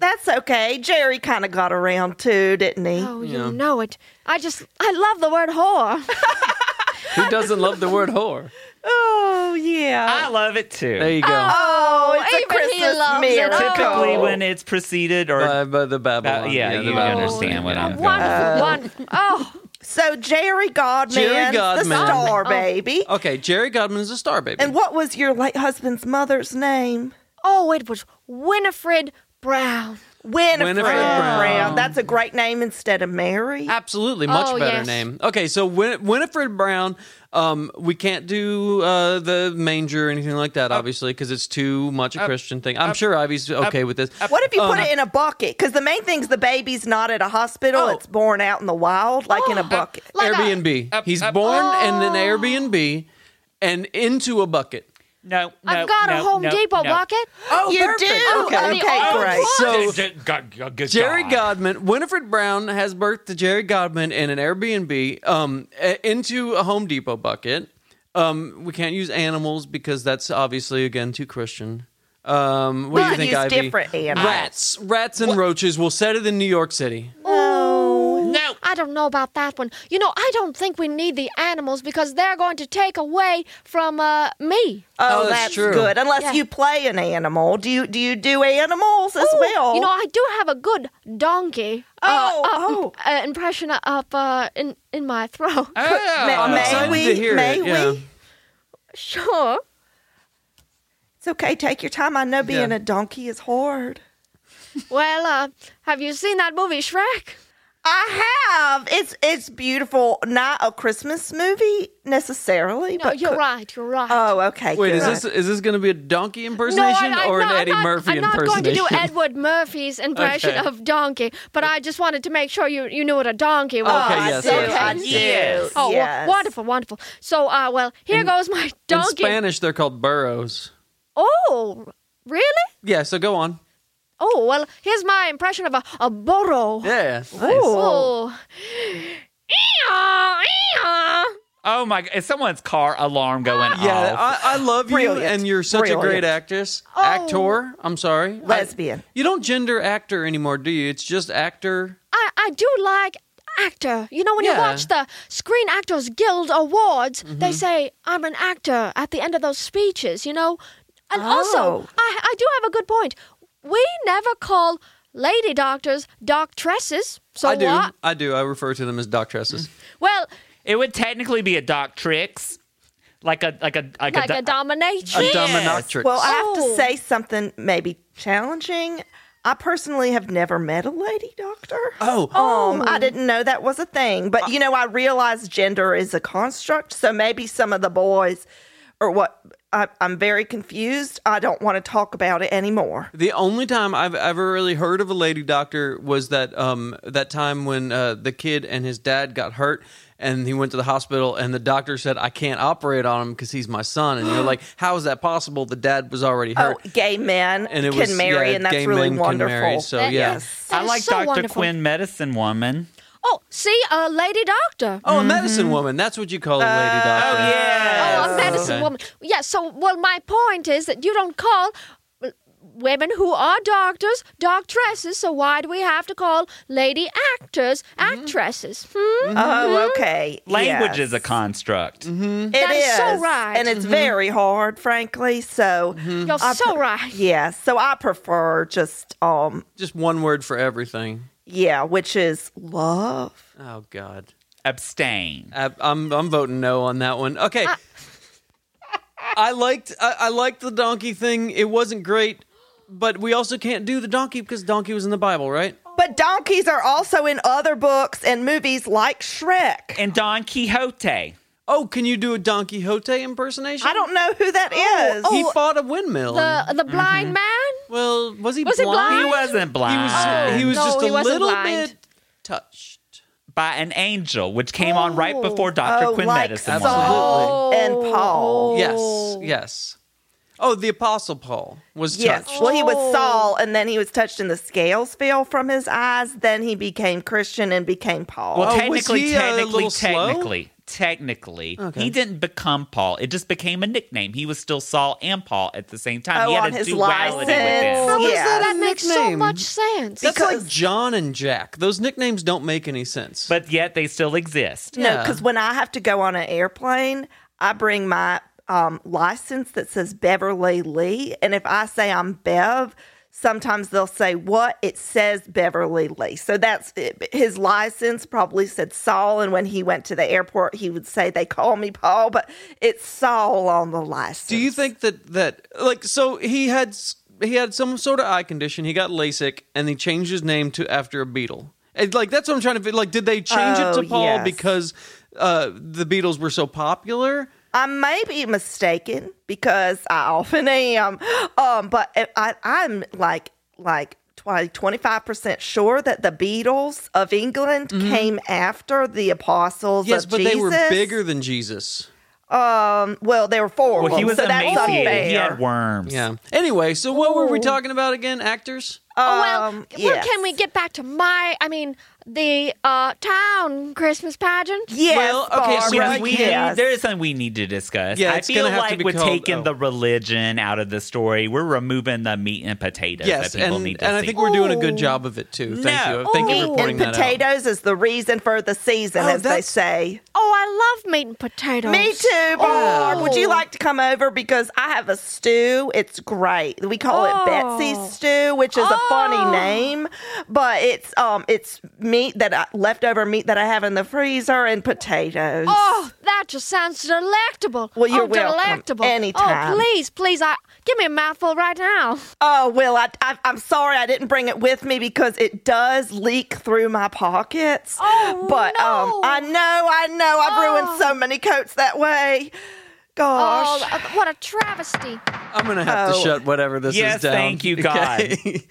C: That's okay. Jerry kind of got around too, didn't he?
E: oh, you know it. I just I love the word whore.
B: Who doesn't love the word whore?
C: Oh,
D: I
C: yeah.
D: love it too.
B: There you go.
C: Oh, it's a
E: even he
C: Christmas
E: loves it.
C: miracle.
D: Typically, when it's preceded or
B: by, by the Babylon.
D: Ba- yeah,
B: the
D: you
B: Babylon.
D: understand what I'm-
E: Wonderful, wonderful. Oh,
C: So Jerry Godman,
B: Jerry Godman.
C: the star
E: Oh.
C: baby.
B: Okay, Jerry Godman is a star baby.
C: And what was your late husband's mother's name?
E: oh, it was Winifred Brown.
C: Winifred,
B: Winifred Brown.
C: Brown. That's a great name instead of Mary.
B: Absolutely, much
E: Oh,
B: better
E: yes.
B: name. Okay, so Win- Winifred Brown. Um, we can't do uh, the manger or anything like that, obviously, because it's too much a Christian thing. I'm sure Ivy's okay with this.
C: What if you put it in a bucket? Because the main thing's the baby's not at a hospital; it's born out in the wild, like in a bucket.
E: Like a-
B: Airbnb. He's born in an Airbnb and into a bucket.
D: no, no,
E: I've got
D: no,
E: a Home
D: no,
E: Depot
D: no.
E: bucket.
B: Oh,
C: you do?
E: Oh,
C: Okay,
E: the old
C: great.
B: So
E: one?
B: Jerry
D: Jerry
B: Godman, Winifred Brown has birth to Jerry Godman in an Airbnb um, a- into a Home Depot bucket. Um, we can't use animals because that's obviously again too Christian. Um, what do you
C: But
B: think,
C: use
B: Ivy?
C: different animals.
B: Rats, rats, and roaches. We'll set it in New York City.
D: No.
E: I don't know about that one. You know, I don't think we need the animals because they're going to take away from uh, me.
C: Oh,
B: Oh, that's
C: that's,
B: true.
C: good. Unless
E: Yeah.
C: you play an animal, do you do you do animals as well?
E: You know, I do have a good donkey
C: oh, oh. Uh.
E: uh, impression up uh, in in my throat.
C: May, may
B: excited
C: we?
B: to hear
C: may
B: it,
C: we?
B: yeah.
E: Sure.
C: It's okay. Take your time. I know being a donkey is hard.
E: Well, uh, have you seen that movie Shrek?
C: I have. It's it's beautiful. Not a Christmas movie necessarily,
E: No,
C: but
E: you're
C: could-
E: right. You're right.
C: Oh, okay.
B: Wait,
C: good.
B: is this is this going to be a donkey
E: no,
B: impersonation
E: I, I,
B: or
E: no,
B: an Eddie
E: I'm not,
B: Murphy
E: I'm not going
B: impersonation?
E: to do Edward Murphy's impression
B: Okay.
E: of donkey, but I just wanted to make sure you, you knew what a donkey was.
B: Okay,
C: I
B: yes,
C: do,
B: okay.
C: I do.
D: Yes.
E: Oh, wa-
C: yes.
E: wonderful, wonderful. So, uh, well, here goes my
B: in
E: donkey.
B: Spanish, they're called burros.
E: Oh, really?
B: Yeah, so go on.
E: Oh, well, here's my impression of a, a burro.
B: Yeah, nice.
C: Ooh.
E: Oh. Eeyaw, eeyaw.
D: Oh my! g- It's someone's car alarm going
B: Yeah,
D: off.
B: I, I love you,
C: Oh. Brilliant.
B: and you're such a great
C: Brilliant.
B: actress,
E: Oh.
B: actor. I'm sorry, I-
C: Lesbian.
B: you don't gender actor anymore, do you? It's just actor.
E: I, I do like actor. You know, when
B: Yeah.
E: you watch the Screen Actors Guild Awards, they say, I'm an actor at the end of those speeches, you know? And
C: Oh.
E: also, I, I do have a good point. We never call lady doctors doctresses. So
B: I do.
E: what?
B: I do. I refer to them as doctresses.
E: Well,
D: it would technically be a doctrix, like a like a like,
E: like
D: a,
E: a dominatrix.
B: A
D: Yes.
B: dominatrix.
C: Well, I have to
E: Oh.
C: say something maybe challenging. I personally have never met a lady doctor.
B: Oh.
C: Um, I didn't know that was a thing. But, you know, I realize gender is a construct. So maybe some of the boys or what. I, I'm very confused. I don't want to talk about it anymore.
B: The only time I've ever really heard of a lady doctor was that um that time when uh, the kid and his dad got hurt and he went to the hospital and the doctor said I can't operate on him because he's my son and you're like how is that possible? The dad was already
C: Oh,
B: hurt
C: gay men
B: and it
C: can
B: was
C: marry,
B: yeah,
C: and that's
B: gay
C: really
B: men can
C: wonderful.
B: marry, so yeah.
E: That-
C: Yes.
E: that
D: I
E: is
D: like
E: so
D: Dr.
E: wonderful.
D: Quinn, medicine woman.
E: Oh, see, a lady doctor.
B: Oh, a
C: Mm-hmm.
B: medicine woman. That's what you call a
C: Uh,
B: lady doctor.
E: Oh, a medicine
B: Okay.
E: woman. Yeah, so, well, my point is that you don't call uh, women who are doctors doctresses, so why do we have to call lady actors actresses? Hmm?
C: Oh, okay.
D: Language
C: Yes.
D: is a construct.
C: It
E: That is so
C: is,
E: right. Mm-hmm.
C: and it's very hard, frankly. So
B: Mm-hmm.
E: You're
C: I
E: so
C: pre-
E: right.
C: Yeah, so I prefer just um
B: Just one word for everything.
C: yeah, which is love.
B: Oh God.
D: Abstain.
B: I, I'm I'm voting no on that one. Okay.
E: Uh
B: I liked I, I liked the donkey thing. It wasn't great, but we also can't do the donkey because donkey was in the Bible, right?
C: But donkeys are also in other books and movies like Shrek.
D: And Don Quixote.
B: Oh, can you do a Don Quixote impersonation?
C: I don't know who that is.
B: he fought a windmill.
E: Oh, The,
C: Mm-hmm.
E: the blind man?
B: well, was he
E: Was he
D: He
B: blind?
E: blind? Oh,
D: wasn't
B: He
D: blind
B: was, he was
E: No,
B: just a
E: he wasn't
B: little
E: blind.
B: bit touched.
D: by an angel, which came on right
E: Oh.
D: before Dr.
C: Oh,
D: Quinn
C: like
D: medicine.
B: Saul.
D: woman.
E: Oh.
C: and Paul.
B: Yes, yes. Oh, the apostle Paul was
C: Yes.
B: touched.
C: Well, he was
E: Oh.
C: Saul, and then he was touched, and the scales fell from his eyes. Then he became Christian and became Paul.
D: Well,
B: was
D: technically,
B: he a
D: technically,
B: little slow?
D: technically, technically, he didn't become Paul. It just became a nickname. He was still Saul and Paul at the same time.
C: Oh,
D: he had
C: on
D: a
C: his
D: duality
C: license.
D: within.
C: How is
E: Yes,
C: that
E: That
B: a
E: makes so
B: nickname?
E: much sense.
B: That's like
C: because-
B: John and Jack. Those nicknames don't make any sense.
D: But yet they still exist.
C: No,
B: Yeah.
C: because when I have to go on an airplane, I bring my um, license that says Beverly Lee. And if I say I'm Bev, sometimes they'll say, What? It says Beverly Lee. So that's it. his license probably said Saul. And when he went to the airport, he would say, They call me Paul, but it's Saul on the license.
B: Do you think that that like so he had s- he had some sort of eye condition. He got LASIK and he changed his name to after a Beatle. And, like that's what I'm trying to fi- like. Did they change it
C: Oh,
B: to Paul
C: yes.
B: because uh, the Beatles were so popular?
C: I may be mistaken because I often am, um, but I, I'm like like twenty five percent sure that the Beatles of England came after the Apostles.
B: Mm-hmm. Yes,
C: of
B: but
C: Jesus.
B: they were bigger than Jesus.
C: Um, well, they were four. of
D: Well, he
C: them,
D: was
C: so that's
D: emaciated.
C: unfair.
D: He had worms.
B: Yeah. Anyway, so what were
C: Oh.
B: we talking about again? Actors.
E: Oh, well,
C: Um,
E: well,
C: yes.
E: can we get back to my, I mean, the uh, town Christmas pageant?
C: Yes,
B: Well, okay, so
C: Barbara,
D: Because
B: Right,
D: we
C: yes.
D: there is something we need to discuss.
B: Yeah,
D: I
B: it's
D: feel
B: gonna have to
D: like
B: be
D: we're
B: called-
D: taking
B: oh.
D: the religion out of the story. We're removing the meat and potatoes
B: Yes,
D: that people
B: and
D: need to
B: and I
D: see.
B: think we're doing a good job of it too. Thank
D: No.
B: you. Thank you
E: Ooh.
B: for
E: And
B: pointing
C: and
B: that out.
C: potatoes is the reason for the season,
B: Oh,
C: as they
B: that's-
C: say.
E: Oh, I love meat and potatoes.
C: Me too, Barb. Would you
E: Oh.
C: like to come over because I have a stew? It's great. We call it
E: Oh.
C: Betsy's stew, which is a
E: Oh.
C: funny name, but it's um it's meat that I, leftover meat that I have in the freezer and potatoes.
E: Oh, that just sounds delectable.
C: Well, you're
E: oh,
C: welcome.
E: Delectable.
C: Anytime.
E: Oh, please, please, I give me a mouthful right now.
C: Oh, well, I, I I'm sorry I didn't bring it with me because it does leak through my pockets.
E: Oh,
C: but um
E: no.
C: I know, I know I've ruined so many coats that way. Gosh.
E: Oh, uh, what a travesty!
B: I'm gonna have to
C: Oh.
B: shut whatever this
D: Yes,
B: is down.
D: thank you, God.
B: Okay?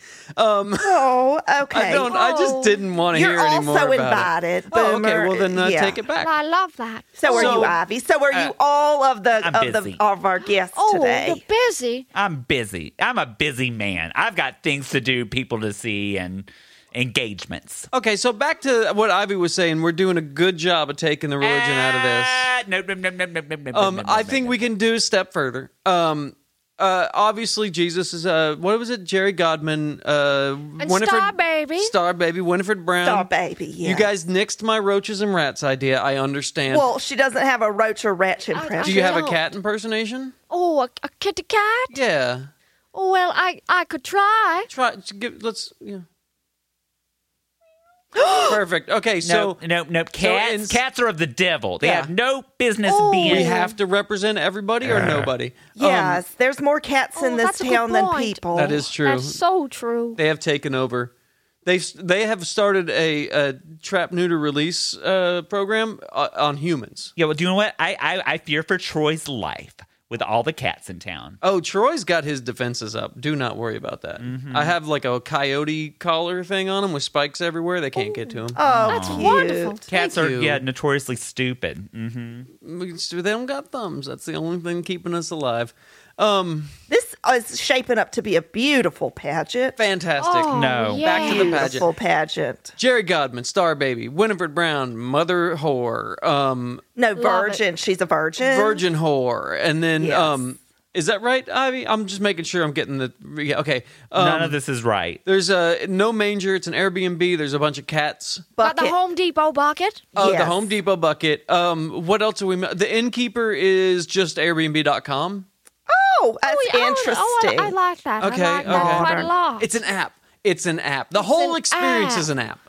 C: Oh, okay.
B: I don't. I just
E: Oh.
B: didn't want to
C: You're
B: hear anymore
C: also
B: about
C: invited,
B: It. Oh, okay.
C: Boomer.
B: Well, then uh,
C: Yeah.
B: take it back.
E: I love that. Oh,
C: So are
B: So-
C: you, Ivy? So are
B: Uh,
C: you all of the
D: I'm
C: of the
D: busy.
C: of our guests
E: Oh,
C: today?
E: you're busy.
D: I'm busy. I'm a busy man. I've got things to do, people to see, and engagements.
B: Okay, so back to what Ivy was saying. We're doing a good job of taking the religion out of this.
D: Ah, No, no, no, no, no, no, no, no,
B: Um,
D: no,
B: I
D: no,
B: think
D: no.
B: we can do a step further. Um, uh, obviously, Jesus is uh, what was it? Jerry Godman, uh,
E: And Star Baby.
B: Star Baby, Winifred Brown,
C: Star Baby, yeah.
B: um, You guys nixed my roaches and rats idea. I understand.
C: Well, she doesn't have a roach or
E: Oh,
C: ratch
B: do
C: impression.
B: you have a
E: no.
B: cat impersonation?
E: Oh, a, a kitty cat?
B: Yeah.
E: Oh, well, I, I could try.
B: Try. Give, let's. Yeah. Perfect. Okay, so
D: No, no, no. Cats,
B: in-
D: cats are of the devil. They
B: Yeah.
D: have no business
E: Oh.
D: being.
B: we have to represent everybody or nobody. Um,
C: Yes, there's more cats in
E: Oh,
C: this
E: that's a good
C: town than
E: point.
C: people.
B: that is true.
E: That's so true.
B: they have taken over. They they have started a, a trap neuter release uh, program uh, on humans.
D: Yeah, well, do you know what? I, I I fear for Troy's life with all the cats in town.
B: Oh, Troy's got his defenses up. Do not worry about that. I have like a coyote collar thing on him with spikes everywhere. They can't get to him.
C: Oh,
E: That's
C: cute.
E: wonderful.
D: Cats
B: Thank
D: are
B: you.
D: yeah notoriously stupid. Mm-hmm.
B: They don't got thumbs. That's the only thing keeping us alive. Um,
C: This is shaping up to be a beautiful pageant.
B: fantastic.
E: Oh,
D: No.
E: yeah.
B: Back to the pageant.
C: Beautiful pageant.
B: Jerry Godman, Star Baby, Winifred Brown, Mother Whore, um,
C: No,
E: it.
C: virgin. She's a virgin.
B: Virgin Whore, and then
C: Yes.
B: um, is that right, Ivy? I'm just making sure I'm getting the yeah, okay. Um,
D: None of this is right.
B: There's a no manger. It's an Airbnb. There's a bunch of cats.
E: Got the
C: Bucket.
E: Home Depot bucket?
B: Oh, the
C: Yes.
B: Home Depot bucket. Um, what else are we? The innkeeper is just Airbnb.com.
C: Oh, that's
E: Oh, yeah,
C: interesting.
E: Oh, I- I, like that.
B: Okay,
E: I like that
B: okay.
E: quite a lot.
B: It's an app. It's an app. The whole
E: Ah. an
B: experience
E: app.
B: is an app.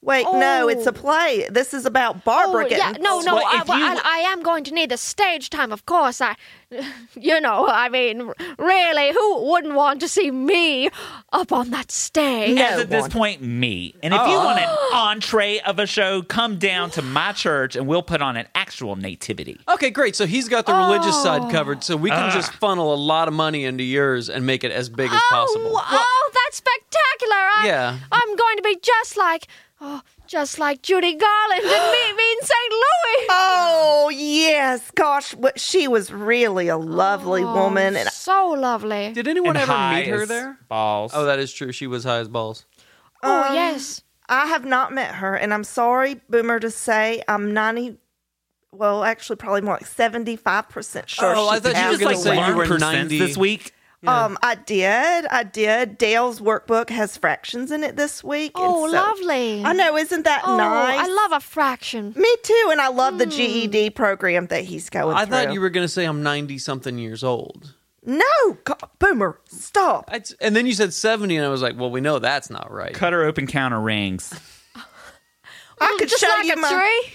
C: Wait, no, it's a
E: Oh.
C: play. This is about
E: Oh,
C: Barbara
E: yeah,
C: getting.
E: no, no,
D: Well,
E: I,
D: if
E: well,
D: you-
E: I, I am going to need the stage time, of course. I, you know, I mean, really, who wouldn't want to see me up on that stage?
C: No
D: As at this
C: one.
D: point, me. And if you want an entree of a show, come down to my church and we'll put on an actual nativity.
B: Okay, great. So he's got the religious side covered, so we
D: Ah.
B: can just funnel a lot of money into yours and make it as big as
E: oh,
B: possible.
E: oh, that's spectacular! I,
B: Yeah.
E: I'm going to be just like, oh, just like Judy Garland and meet me in St. Louis.
C: Oh yes, gosh, what she was really a lovely
E: Oh,
C: woman, and
E: so lovely.
B: Did anyone
D: And
B: ever
D: high
B: meet her
D: as
B: there?
D: Balls.
B: Oh, that is true. She was high as balls.
E: oh yes.
C: I have not met her. And I'm sorry, Boomer, to say I'm ninety. Well, actually, probably more like seventy-five percent sure.
B: Oh, I
C: she
B: thought you were
C: passed
B: gonna
C: away.
B: say you
D: learn
B: were
D: percents
B: 90.
D: this week.
C: Um, I did. I did. Dale's workbook has fractions in it this week. and
E: Oh,
C: so-
E: lovely.
C: I know. Isn't that
E: Oh,
C: nice?
E: I love Hmm. a fraction.
C: Me too. And I love the GED program that he's going
B: I
C: through.
B: thought you were going to say I'm 90 something years old.
C: No, go- Boomer, stop.
B: I, and then you said 70, and I was like, well, we know that's not right.
D: Cut her open counter rings.
C: I could
E: Oh, just
C: show
E: like
C: you
E: a
C: my.
E: tree.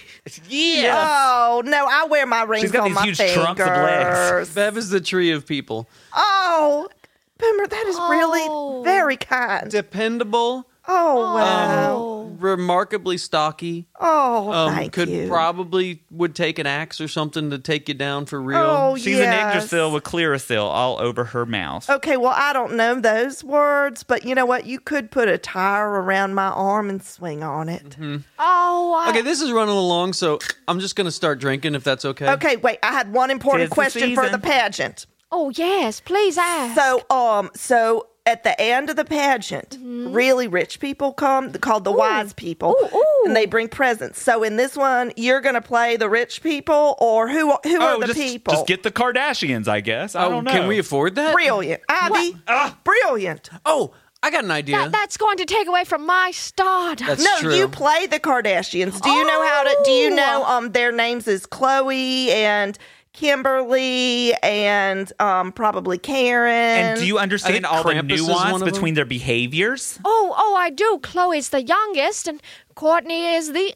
D: Yeah.
C: Oh no! I wear my rings
D: got
C: on
D: these
C: my
D: huge
C: fingers.
D: trunks of legs.
B: Bev is the tree of people.
C: Oh, Boomer, that is
E: Oh.
C: really very kind.
B: Dependable,
C: Oh wow!
E: Oh.
B: remarkably stocky.
C: Oh,
B: Um,
C: thank
B: could
C: you.
B: probably would take an axe or something to take you down for real.
C: Oh,
D: She's
C: yes. Oh,
D: an Yggdrasil with Clearasil all over her mouth.
C: okay, well, I don't know those words, but you know what? You could put a tire around my arm and swing on it.
D: Mm-hmm.
E: Oh, I,
B: Okay, this is running along, so I'm just gonna start drinking if that's okay.
C: Okay, wait. I had one important
D: Tis the
C: question for
D: season.
C: the pageant.
E: oh yes, please ask.
C: So, um, so at the end of the pageant, really rich people come th- called the wise people,
E: Mm-hmm. Ooh, ooh.
C: and they bring presents. So in this one, you're gonna play the rich people, or who are- who are
D: Oh,
C: the
D: just,
C: people?
D: just get the Kardashians, I guess. I
B: Oh,
D: don't know.
B: can we afford that?
C: brilliant, Ivy.
D: Ah.
C: Brilliant.
B: Oh, I got an idea.
E: That, that's going to take away from my stardom.
B: That's-
C: No,
B: true.
C: you play the Kardashians. Do you know how to? Do you know
E: Oh.
C: um their names is Chloe and Kimberly and um probably Karen.
D: And do you understand
B: think
D: all the
B: Krampus is one
D: nuance
B: of them.
D: between their behaviors?
E: oh, oh, I do. Chloe's the youngest, and Courtney is the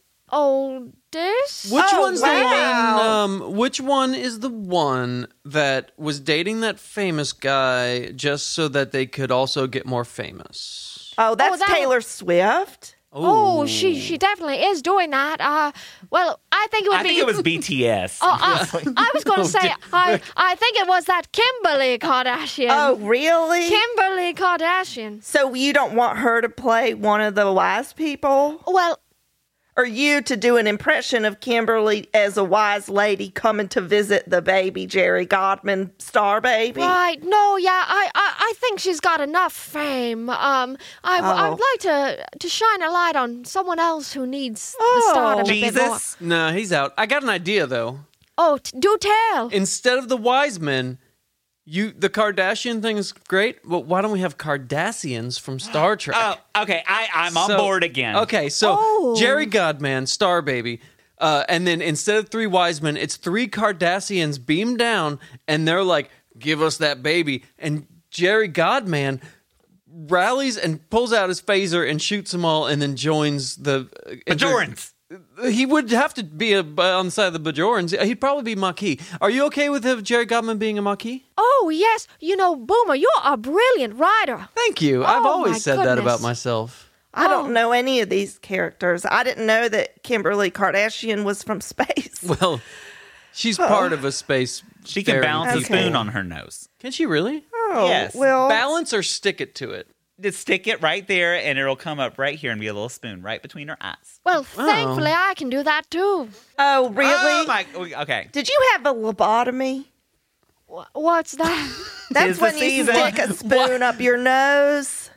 E: oldest.
B: which
C: Oh,
B: one's the
C: wow.
B: one? Um, which one is the one that was dating that famous guy just so that they could also get more famous?
C: Oh, that's
E: that-
C: Taylor Swift.
E: Oh, she she definitely is doing that. Uh, well, I think it would
D: I
E: be.
D: think it was BTS.
E: Oh, I, I was going to say I I think it was that Kimberly Kardashian.
C: Oh, really?
E: Kimberly Kardashian.
C: so you don't want her to play one of the wise people?
E: Well,
C: or you to do an impression of Kimberly as a wise lady coming to visit the baby Jerry Godman star baby.
E: Right. No. Yeah. I, I. I think she's got enough fame. Um. I. w- I would
B: Oh.
E: like to to shine a light on someone else who needs
B: Oh.
E: the stardom a bit more.
D: Jesus.
B: No, he's out. I got an idea though.
E: Oh, t- do tell.
B: Instead of the wise men, you the Kardashian thing is great, but why don't we have Cardassians from Star Trek?
D: Oh, okay. I, I'm on
B: So-
D: board again.
B: Okay, so
E: Oh.
B: Jerry Godman, Star Baby, uh, and then instead of three wise men, it's three Cardassians beam down, and they're like, "Give us that baby!" And Jerry Godman rallies and pulls out his phaser and shoots them all, and then joins the uh,
D: Bajorans.
B: He would have to be a, uh, on the side of the Bajorans. He'd probably be Maquis. Are you okay with uh, Jerry Godman being a Maquis?
E: Oh yes. You know, Boomer, you're a brilliant writer.
B: Thank you. I've
E: Oh, my
B: always said that about
E: goodness.
B: myself.
C: I don't
E: Oh.
C: know any of these characters. I didn't know that Kimberly Kardashian was from space.
B: Well, she's
E: Oh.
B: part of a space.
D: She can
B: faring
D: balance a
C: Okay.
D: spoon on her nose.
B: Can she really?
C: Oh,
D: Yes.
C: Well,
B: Balance or stick it to it?
D: Just stick it right there, and it'll come up right here and be a little spoon right between her eyes.
E: Well,
B: Oh.
E: thankfully I can do that too.
C: oh, really?
D: Oh my. Okay.
C: Did you have a lobotomy?
E: Wh- What's that?
C: That's
D: Tis
C: when
D: the
C: you
D: season.
C: stick a spoon up your nose.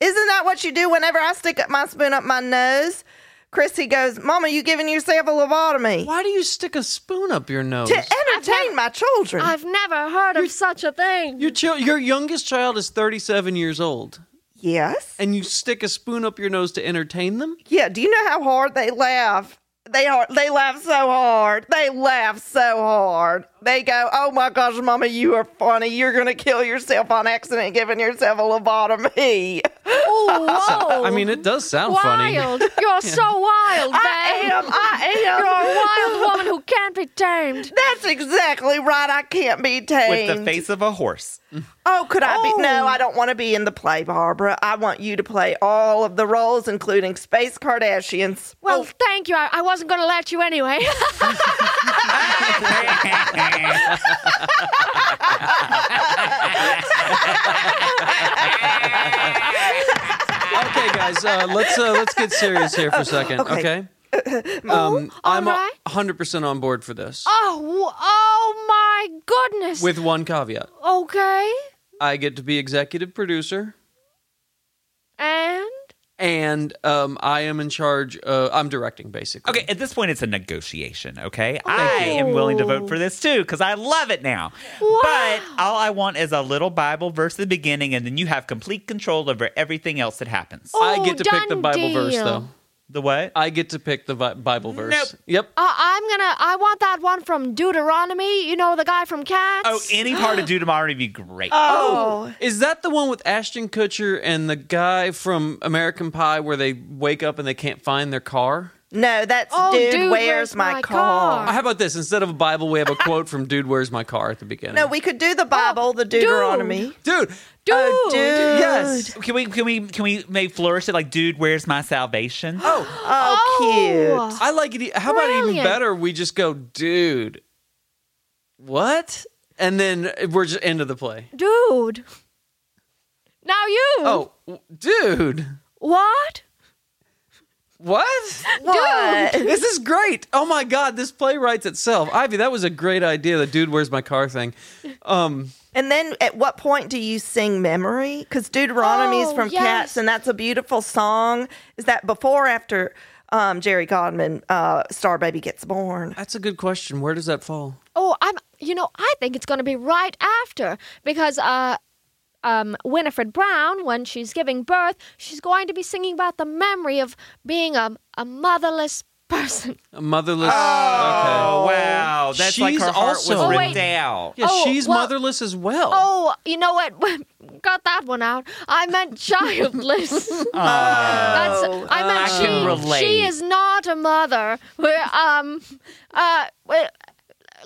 C: Isn't that what you do whenever I stick up my spoon up my nose? Chrissy goes, Mama, you giving yourself a lobotomy
B: Why do you stick a spoon up your nose?
C: to entertain my children.
E: I've never heard of such a thing.
B: your chil- your youngest child is 37 years old,
C: yes.
B: and you stick a spoon up your nose to entertain them?
C: Yeah. Do you know how hard they laugh? They are. They laugh so hard. They laugh so hard. They go, "Oh my gosh, Mama, you are funny. You're gonna kill yourself on accident, giving yourself a lobotomy."
E: Oh, whoa.
B: I mean, it does sound funny.
E: wild. You're so wild, babe.
C: I am. I am.
E: You're a wild woman who can't be tamed.
C: That's exactly right. I can't be tamed.
D: With the face of a horse.
C: Oh, could I be? No,
E: Oh.
C: I don't want to be in the play, Barbara. I want you to play all of the roles, including Space Kardashians.
B: Oh.
E: Well, thank you. I, I wasn't going to let you anyway.
B: Okay, guys, uh, let's uh, let's get serious here for a second, okay? Um, I'm a-
E: alright.
B: 100% on board for this,
E: oh, w- oh my goodness.
B: with one caveat:
E: okay,
B: I get to be executive producer,
E: and
B: and um, I am in charge. Uh, I'm directing, basically.
D: Okay, at this point, it's a negotiation, okay? I am willing to vote for this too because I love it now. But all I want is a little Bible verse at the beginning, and then you have complete control over everything else that happens.
B: I get to
E: Oh,
B: pick the
E: done
B: Bible verse,
E: deal.
B: though.
D: The what?
B: I get to pick the vi- Bible verse.
D: Nope.
B: Yep.
E: uh, I'm gonna. I want that one from Deuteronomy. You know the guy from Cats.
D: oh, any part of Deuteronomy would be great.
C: oh,
B: Is that the one with Ashton Kutcher and the guy from American Pie where they wake up and they can't find their car? Uh,
C: no, that's
E: Oh,
C: dude,
E: Dude,
C: Where's
E: Where's
C: My,
E: My
C: car?
E: Car?
B: How about this? Instead of a Bible, we have a quote from Dude, Where's My Car at the beginning.
C: No, we could do the Bible, the Deuteronomy.
B: Dude,
E: Oh,
B: uh,
C: Oh,
E: dude.
C: dude.
B: yes.
D: Can we can we can we make flourish it like, dude? Where's my salvation?
B: Oh,
C: Oh,
E: Oh.
C: cute.
B: I like it. e- How about even
E: Brilliant.
B: better? We just go, dude, what? And then we're just end of the play.
E: dude. Now you.
B: Oh, w- dude,
E: What?
B: what?
C: What?
B: this is great. Oh my God, this play writes itself. Ivy, that was a great idea. The Dude, Where's My Car thing. Um,
C: And then at what point do you sing Memory? Because Deuteronomy is
E: Oh,
C: from
E: yes.
C: Cats, and that's a beautiful song. Is that before or after um, Jerry Godman, uh, Star Baby Gets Born?
B: That's a good question. Where does that fall?
E: Oh, I'm. You know, I think it's going to be right after because uh, um, Winifred Brown, when she's giving birth, she's going to be singing about the memory of being a, a motherless person.
B: A motherless.
D: Oh wow, that's like
B: She's
D: her heart
B: also-
E: Oh,
D: was
E: wait.
D: ripped out.
B: Okay. Yeah,
E: Oh,
B: she's
E: well-
B: motherless as well.
E: Oh, you know what? Got that one out. I meant childless.
C: Oh.
E: That's, I meant
D: I
E: she.
D: can relate.
E: She is not a mother. We're, um, uh, we- let's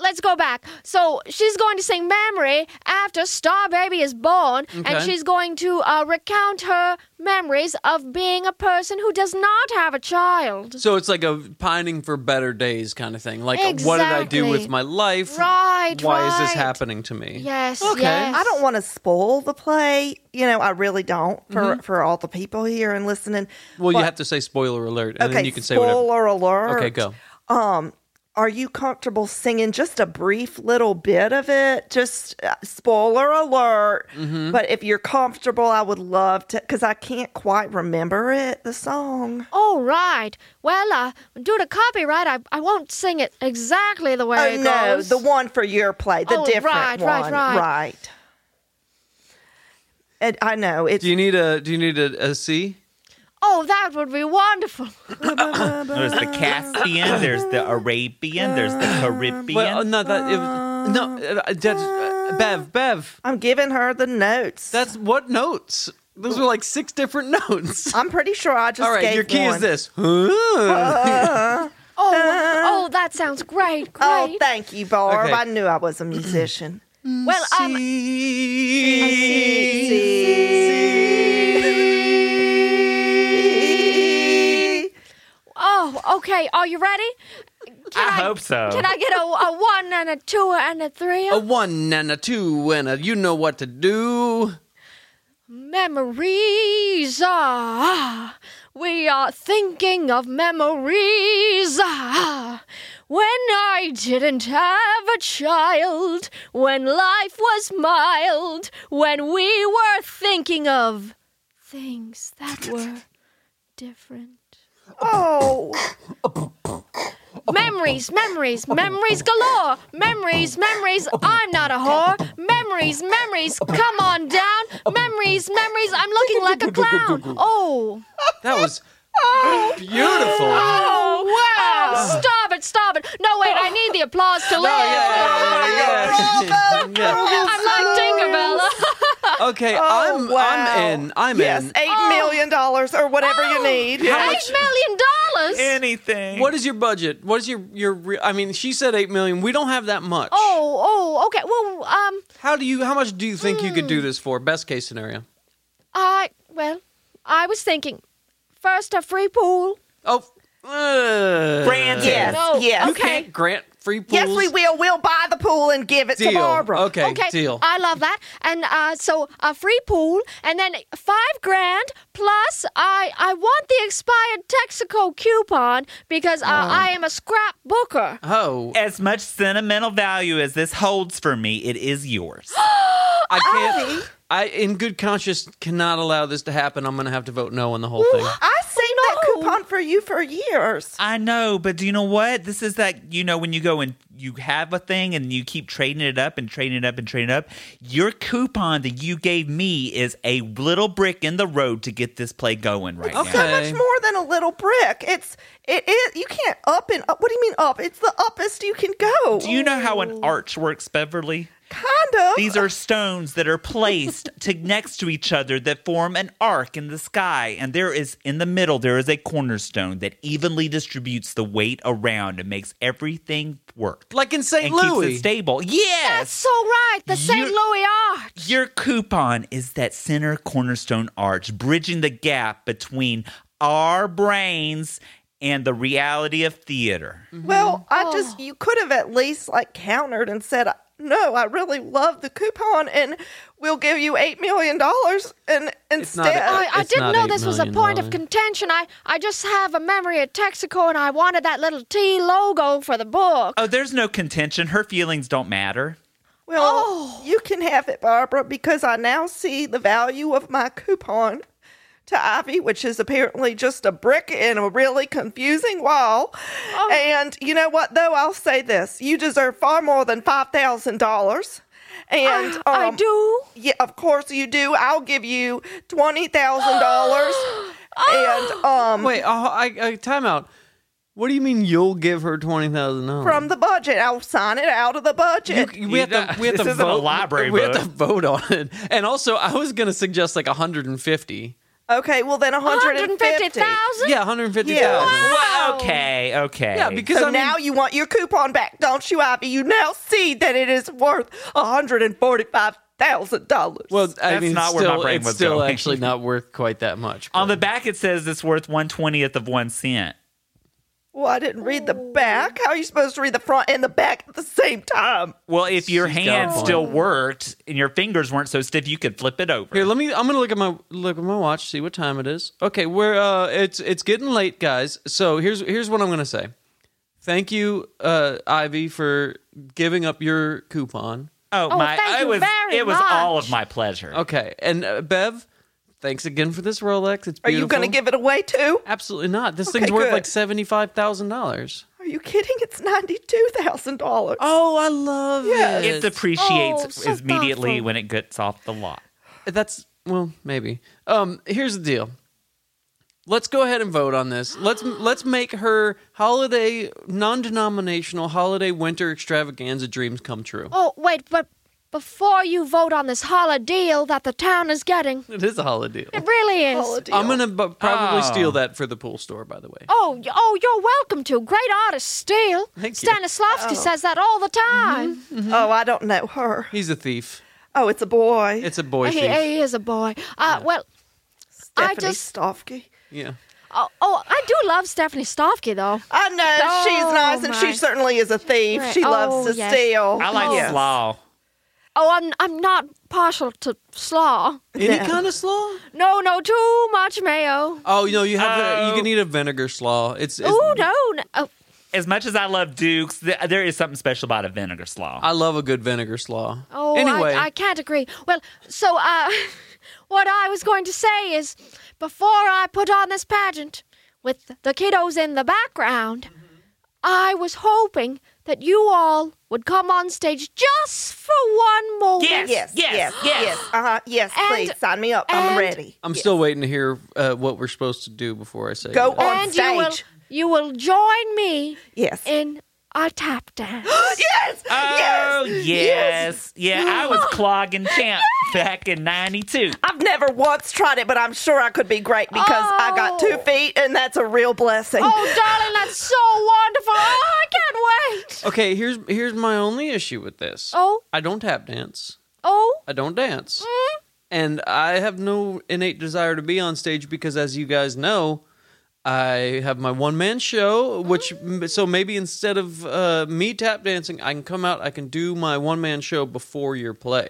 E: let's go back. So she's going to sing memory after Star Baby is born, and
B: Okay.
E: she's going to uh, recount her memories of being a person who does not have a child.
B: So it's like a pining for better days kind of thing. Like, what did I do
E: Exactly.
B: with my life?
E: Right,
B: Why is this
E: right.
B: happening to me?
E: Yes.
B: Okay.
E: Yes.
C: I don't want to spoil the play. You know, I really don't for
B: Mm-hmm.
C: for all the people here and listening.
B: Well,
C: But-
B: you have to say spoiler alert, and
C: okay,
B: then you can say
C: spoiler
B: whatever.
C: alert.
B: Okay, go.
C: Are you comfortable singing just a brief little bit of it? Just uh, spoiler alert.
B: Mm-hmm.
C: But if you're comfortable, I would love to because I can't quite remember it. The song.
E: All right. Well, uh, due to copyright, I, I won't sing it exactly the way
C: oh
E: it
C: no,
E: goes.
C: the one for your play, the
E: Oh,
C: different
E: right, right,
C: one,
E: right.
C: right. And I know it's
B: Do you need a Do you need a, a C?
E: Oh, that would be wonderful.
D: There's the Caspian, there's the Arabian, there's the Caribbean.
B: Well, uh, no, that it, no, uh, that's uh, Bev, Bev.
C: I'm giving her the notes.
B: That's what notes. Those were like six different notes.
C: I'm pretty sure I just
B: All right,
C: gave
B: your key
C: one.
B: is this. Huh.
E: Oh, oh, that sounds great, great.
C: Oh, thank you, Barb.
B: Okay.
C: I knew I was a musician.
E: well, um,
B: C.
E: oh, okay. Are you ready? Can
D: I hope so.
E: Can I get a, a one and a two and a three?
B: A one and a two and a you know what to do.
E: Memories ah, we are thinking of memories ah, when I didn't have a child, when life was mild, when we were thinking of things that were different.
C: Oh,
E: Memories, memories, memories galore. Memories, memories, I'm not a whore. Memories, memories, come on down. Memories, memories, I'm looking like a clown. Oh.
B: That was beautiful.
E: Oh, wow. Stop it, stop it. No, wait, I need the applause
B: Oh,
E: to live.
B: Yeah, yeah.
E: I'm like Tinkerbell.
B: Okay, I'm
C: Oh, wow.
B: I'm in. I'm
C: yes,
B: in.
C: eight million dollars or whatever you need.
E: Eight million dollars.
D: Anything.
B: What is your budget? What is your your? Re- I mean, she said eight million. We don't have that much.
E: Oh, oh, okay. Well, um,
B: How do you? How much do you think you could do
C: Hmm.
B: this for? Best case scenario.
E: I, well, I was thinking first a free pool.
B: Oh, uh,
D: Brandon.
C: Yes,
E: No,
C: yes.
B: You can't grant free pools.
C: Yes, we will. We'll buy the pool and give it
B: Deal.
C: to Barbara. Uh,
B: Okay, deal.
E: I love that. And uh, so a free pool, and then five grand plus. I I want the expired Texaco coupon because uh, I am a scrapbooker.
B: oh,
D: As much sentimental value as this holds for me, it is yours.
B: I can't. I, in good conscience, cannot allow this to happen. I'm going to have to vote no on the whole thing.
C: I saved
E: no.
C: that coupon for you for years.
D: I know, but do you know what? This is that you know when you go and you have a thing and you keep trading it up and trading it up and trading it up. Your coupon that you gave me is a little brick in the road to get this play going right
B: Okay.
D: now.
C: So much more than a little brick. It's it is. You can't up and up. What do you mean up? It's the uppest you can go.
D: Do you know how an arch works, Beverly?
C: kind of.
D: These are stones that are placed to next to each other that form an arc in the sky. And there is in the middle there is a cornerstone that evenly distributes the weight around and makes everything work.
B: Like in St.
D: and keeps
B: Louis.
D: it stable.
E: That's
D: Yes.
E: so right. The St.
D: You-
E: Louis Arch.
D: Your coupon is that center cornerstone arch, bridging the gap between our brains and the reality of theater.
E: Mm-hmm. Mm.
C: Well, I
E: Oh.
C: just you could have at least like countered and said, "No, I really love the coupon, and we'll give you eight million dollars." And
B: not
C: instead,
E: I, I
B: Uh, It's
E: didn't
B: not
E: know
B: eight
E: this was a
B: million
E: point of
B: dollars.
E: contention. I, I just have a memory of Texaco and I wanted that little T logo for the book.
D: Oh, there's no contention. Her feelings don't matter.
C: well,
E: Oh.
C: you can have it, Barbara, because I now see the value of my coupon to Ivy, which is apparently just a brick in a really confusing wall.
E: Oh.
C: And you know what? Though I'll say this, you deserve far more than five thousand dollars. And
E: I
C: um,
E: do.
C: Yeah, of course you do. I'll give you twenty thousand dollars. And um,
B: Wait, oh, I, I, time out. What do you mean you'll give her twenty thousand dollars
C: from the budget, I'll sign it out of the budget.
B: we have to, we have
D: This
B: to
D: isn't a
B: vote.
D: library
B: we
D: book.
B: have to vote on it. And also, I was going to suggest like 150.
C: okay, well then, one hundred and fifty.
E: 150,000?
B: Yeah, 150,000.
C: Yeah.
E: Wow. No.
D: Okay, okay.
B: Yeah, because
C: So
B: I mean,
C: now you want your coupon back, don't you, Ivy? You now see that it is worth $145,000.
B: well, I
D: That's
B: mean, it's
D: not where my
B: still-
D: brain
B: it's
D: was
B: still
D: going.
B: actually not worth quite that much.
D: On the
B: but-
D: back, it says it's worth one twentieth of one cent.
C: well, I didn't read the back. How are you supposed to read the front and the back at the same time?
D: Well, if your
B: She's got a
D: hand
B: point.
D: still worked and your fingers weren't so stiff, you could flip it over.
B: Here, let me. I'm gonna look at my look at my watch, see what time it is. Okay, we're uh, it's it's getting late, guys. So here's here's what I'm gonna say. Thank you, uh, Ivy, for giving up your coupon.
D: oh,
E: Oh,
D: my!
E: thank
D: it
E: you
D: was
E: very
D: it was all
E: much.
D: of my pleasure.
B: Okay, and uh, Bev, thanks again for this Rolex. It's beautiful.
C: Are you going to give it away too?
B: Absolutely not. This
C: Okay,
B: thing's worth
C: good.
B: like seventy five thousand dollars.
C: Are you kidding? It's $92,000.
B: Oh, I love
C: Yeah.
B: it.
D: It depreciates
E: Oh, so
D: immediately
E: thoughtful.
D: when it gets off the lot.
B: That's well, maybe. Um, here's the deal. Let's go ahead and vote on this. Let's let's make her holiday non-denominational holiday winter extravaganza dreams come true.
E: Oh, wait, but before you vote on this holla deal that the town is getting,
B: It is a holiday. Ah.
E: it really is.
C: Holiday.
B: I'm gonna bu- probably
D: Oh.
B: steal that for the pool store. By the way,
E: Oh, y- oh, you're welcome to. Great artist, Steele.
B: Thank you. Mm-hmm.
E: Stanislavski says that all the time.
C: Oh, I don't know her.
B: he's a thief.
C: Oh, it's a boy.
B: It's a boy
E: He,
B: thief.
E: he is a boy. Uh, Well, I
C: Stephanie
E: just-
C: Stofke.
B: Yeah.
E: oh, oh, I do love Stephanie Stofke, though.
C: I know she's
E: Oh,
C: nice, and
E: my.
C: she certainely is a thief.
E: Right.
C: She
E: Oh,
C: loves to
E: yes.
C: steal.
D: I like
C: Yes.
D: slaw.
E: Oh, I'm, I'm not partial to slaw.
B: Any
C: Yeah.
B: kind of slaw?
E: No, no, too much mayo.
B: Oh, no. You have. a- you
D: Oh.
B: can eat a vinegar slaw. It's. it's
E: Ooh, no, no. Oh,
D: As much as I love Dukes, th- there is something special about a vinegar slaw.
B: I love a good vinegar slaw.
E: Oh,
B: anyway,
E: I, I can't agree. Well, so uh, what I was going to say is, before I put on this pageant with the kiddos in the background,
C: Mm-hmm.
E: I was hoping that you all would come on stage just for one moment.
D: Yes.
C: Yes, yes, yes,
D: yes.
C: yes. Uh-huh. yes
E: And-
C: please sign me up.
E: and-
C: I'm ready.
B: I'm still waiting to hear uh, what we're supposed to do before I say.
C: Go
B: that.
C: on
E: and you will
C: stage.
E: you will join me
C: Yes.
E: in a tap dance.
C: yes.
D: Oh
C: yes.
D: yes, yeah. I was clogging champ back in '92.
C: I've never once tried it, but I'm sure I could be great because I got
E: Oh.
C: two feet, and that's a real blessing.
E: oh, darling, that's so wonderful! Oh, I can't wait.
B: Okay, here's here's my only issue with this.
E: Oh,
B: I don't tap dance.
E: oh,
B: I don't dance.
E: mm,
B: And I have no innate desire to be on stage because as you guys know, I have my one man show which
E: Oh.
B: m- so maybe instead of uh, me tap dancing, I can come out, I can do my one man show before your play.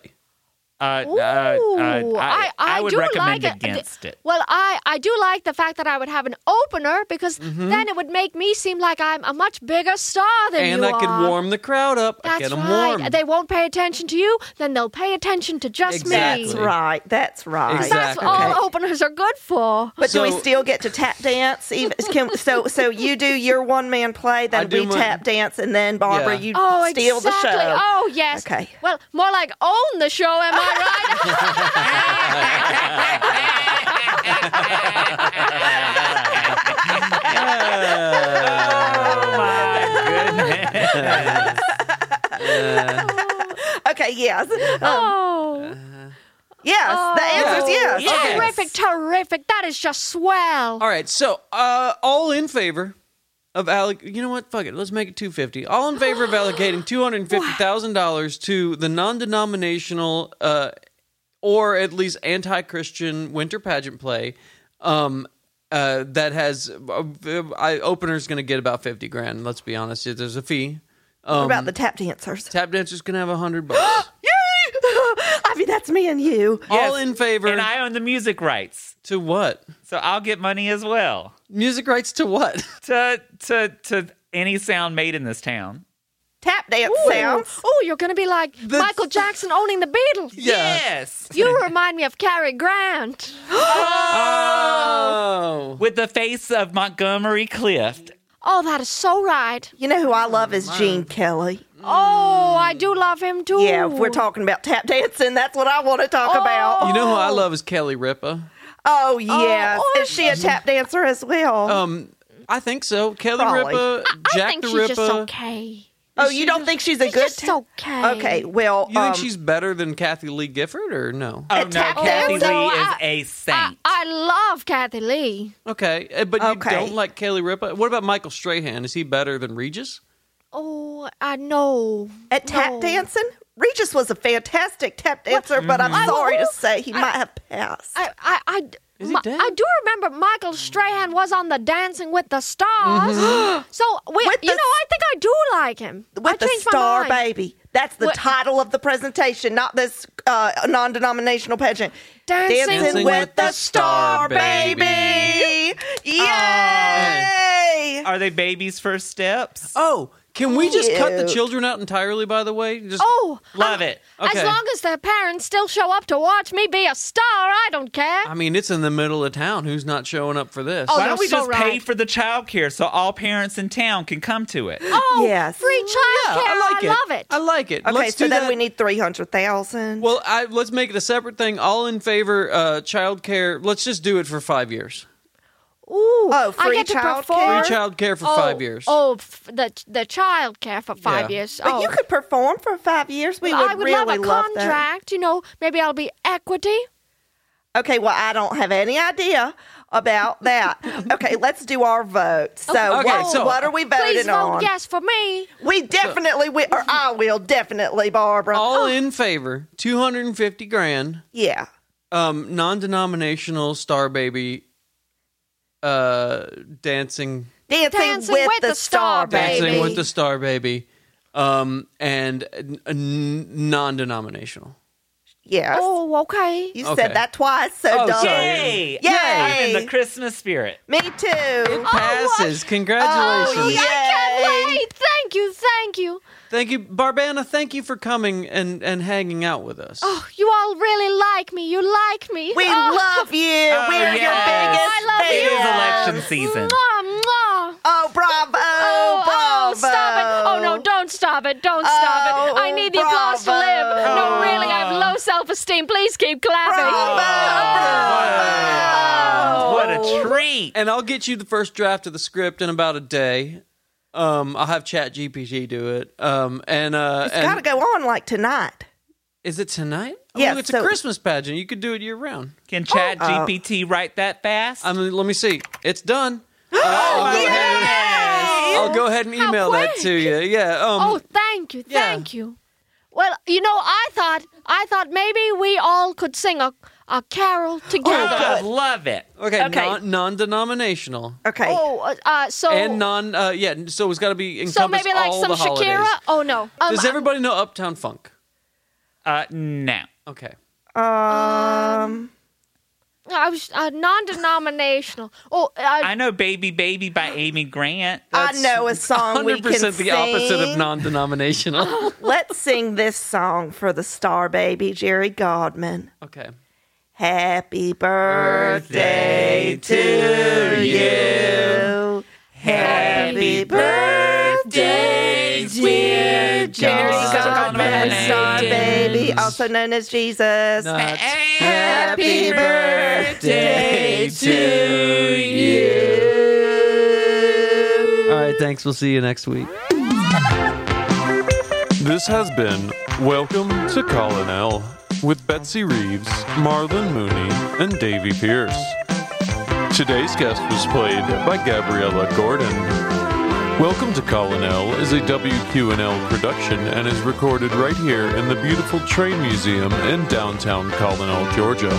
D: Uh,
E: Mm-hmm. Ooh,
D: uh, uh, I,
E: I- I
D: would
E: do
D: recommend
E: like it.
D: against it.
E: Well, I, I do like the fact that I would have an opener because then it would make me seem like I'm a much bigger star than
B: And
E: you
B: I can
E: are.
B: warm the crowd up. I
E: That's
B: get them
E: right.
B: warm.
E: They won't pay attention to you, then they'll pay attention to just
B: Exactly.
E: me.
C: That's right. That's right.
E: That's
B: Exactly.
E: what
B: Okay.
E: all openers are good for.
C: But do
B: So-
C: we still get to tap dance? Even can, so, so you do your one man play,
B: I
C: then
B: do
C: we
B: my-
C: tap dance, and then Barbara,
B: Yeah.
C: you
E: Oh,
C: steal
E: exactly.
C: the show.
E: Oh, yes.
C: Okay.
E: Well, more like own the show, am I right?
C: Okay, yes, Um,
E: oh.
C: yes. the answer's yes.
D: Yes.
E: Terrific, terrific. That is just swell.
B: All right, so uh, all in favor of alloc You know what? Fuck it. Let's make it two fifty. All in favor of allocating two hundred fifty thousand dollars to the non-denominational uh, or at least anti-Christian winter pageant play. Um, uh, that has uh, I, opener's going to get about fifty grand. Let's be honest. There's a fee.
C: what about the
B: Um,
C: tap dancers?
B: Tap dancer's going to have a hundred bucks.
C: Yay! I mean, that's me and you.
B: All in favor
D: And I own the music rights,
B: to what?
D: so I'll get money as well
B: Music rights to what?
D: to to to any sound made in this town.
C: Tap dance sounds.
E: Oh, you're going to be like Michael Jackson owning the Beatles.
D: Yes,
E: You remind me of Cary Grant.
B: Oh.
D: with the face of Montgomery Clift.
E: Oh, that is so right.
C: You know who I love
B: Oh,
C: is Gene Kelly.
E: Oh, I do love him too.
C: Mm. Yeah, if we're talking about tap dancing, that's what I want to talk
E: Oh.
C: about.
B: You know who I love is Kelly Ripa.
C: Oh, yes.
E: oh,
C: is she a tap dancer as well?
B: Um, I think so. Kelly
C: Probably.
B: Ripa,
E: I
B: Jack
E: think
B: the
E: she's
B: Ripper.
E: just okay.
C: Oh, you don't think she's a good?
E: just
C: ta-
E: okay.
C: Okay. Well,
B: You think
C: um,
B: she's better than Kathy Lee Gifford or no?
D: Oh no,
C: Attack
D: Kathy
E: them, though,
D: Lee is
E: I-
D: a
E: I,
D: saint.
E: I love Kathy Lee.
B: Okay, eh, but you
C: Okay.
B: don't like Kelly Ripa. What about Michael Strahan? Is he better than Regis?
E: Oh, I know.
C: at tap
E: No.
C: dancing. Regis was a fantastic tap dancer, but
B: Mm-hmm.
C: I'm sorry to say he might have passed.
E: I, I, I,
B: Is he
E: my-
B: dead?
E: I do remember Michael Strahan was on the Dancing with the Stars. so we,
C: Mm-hmm. With
E: you
C: the
E: know, I think I do like him. I
C: with the
E: changed my
C: star
E: mind.
C: baby. That's the
E: What-
C: title of the presentation, not this uh, non-denominational pageant.
E: Dancing
B: Dancing with the Star
C: baby. Yay!
D: Are they babies' first steps?
B: Oh, can we just cut the
C: Cute.
B: children out entirely? By the way, just
E: Oh,
D: Love it.
B: Okay.
E: as long as their parents still show up to watch me be a star, I don't care.
B: I mean, it's in the middle of town. Who's not showing up for this?
E: Oh,
D: Why
E: you're
D: don't we
E: so
D: just pay
E: right.
D: for the child care so all parents in town can come to it?
E: oh,
C: Yes.
E: free
B: Yeah,
E: childcare.
B: I like it.
E: love it.
B: I like it.
C: Okay,
B: Let's
C: so
B: do
C: then
B: that.
C: we need three hundred thousand.
B: Well, I, let's make it a separate thing. All in favor, uh, child care. Let's just do it for five years.
E: Ooh,
C: Oh,
E: I
C: free
E: get to
C: childcare?
E: perform.
B: Free child care for
E: oh,
B: five years.
E: Oh, f- the the child care for five
B: Yeah.
E: years.
C: but
E: oh.
C: you could perform for five years. We would,
E: I would
C: really
E: love a
C: that.
E: contract. You know, maybe I'll be equity.
C: Okay, well, I don't have any idea about that. okay, let's do our vote. So,
B: Okay,
C: what,
B: so-
C: what are we voting
E: Please vote
C: on?
E: yes for me.
C: We definitely, we, or I will definitely, Barbara.
B: All in favor, two hundred and fifty grand.
C: Yeah.
B: Um, non-denominational star baby. Uh, dancing,
C: Dancing,
E: Dancing
C: with,
E: with
C: the,
E: the
C: Star
E: Star
C: Baby.
B: dancing
E: Baby.
B: with the star baby. Um, and n- n- non-denominational.
C: Yes.
E: Oh, okay.
C: You
B: Okay.
C: said that twice, so
B: Oh,
C: duh.
B: sorry.
D: Yay!
C: Yay!
D: I'm in the Christmas spirit.
C: Me too.
B: Passes. Congratulations.
C: Oh, yeah.
E: Can't
C: Yay.
E: wait. Thank you. Thank you.
B: Thank you, Barbana. Thank you for coming and and hanging out with us.
E: Oh, you all really like me. You like me.
C: We
E: oh,
C: love you. We're your
D: yes.
C: biggest
E: I love
D: It is
E: you.
C: fans.
D: election season.
E: Mwah, mwah.
C: Oh, bravo.
E: Oh, oh,
C: bravo.
E: stop it. Oh, no, don't stop it. Don't stop
C: Oh,
E: it. I need the applause to
C: bravo.
E: live. No, really, I have low self esteem. Please keep clapping. Oh,
C: Bravo. bravo.
D: What a treat!
B: And I'll get you the first draft of the script in about a day. Um, I'll have Chat GPT do it. Um, and uh,
C: It's
B: and-
C: got to go on like tonight.
B: is it tonight?
C: Yeah,
B: oh, it's
C: so-
B: a Christmas pageant. You could do it year round.
D: Can Chat GPT write that fast?
B: I mean, let me see. It's done. Uh, I'll, go ahead and, I'll go ahead and
E: How
B: email that to you. Yeah. Um,
E: Oh, thank you,
B: Yeah.
E: thank you. Well, you know, I thought I thought maybe we all could sing a a carol together.
C: Oh,
D: I love it.
B: okay.
C: okay.
B: Non, non-denominational
C: Okay.
E: Oh, uh, uh, so
B: and non. Uh, yeah. So it's got to be encompass
E: so maybe like
B: all
E: some
B: the holidays.
E: Shakira. Oh no, um,
B: Does everybody know Uptown Funk?
D: Uh, no.
B: Okay.
C: Um.
E: I was uh, non-denominational. Oh, uh,
D: I know "Baby Baby" by Amy Grant.
C: I know a
E: Um,
C: song we
B: Hundred
C: can
B: percent the opposite of
C: sing.
B: non-denominational.
C: Let's sing this song for the star baby, Jerry Godman.
B: okay.
C: Happy birthday to you. Happy birthday, dear Jerry Godman,
D: Godman.
C: star baby, also known as Jesus.
B: Nuts.
C: Happy birthday
B: to you. All right, thanks. We'll see you next week.
A: This has been Welcome to Colin L. with Betsy Reeves, Marlon Mooney, and Davy Pierce. Today's guest was played by Gabriella Gordon. Welcome to Colin L is a WQNL production and is recorded right here in the beautiful Train Museum in downtown Colonel, Georgia.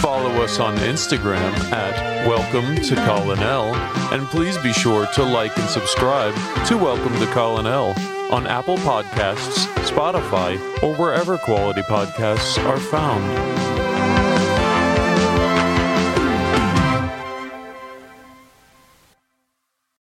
A: Follow us on Instagram at Welcome to Colin L, and please be sure to like and subscribe to Welcome to Colin L on Apple Podcasts, Spotify, or wherever quality podcasts are found.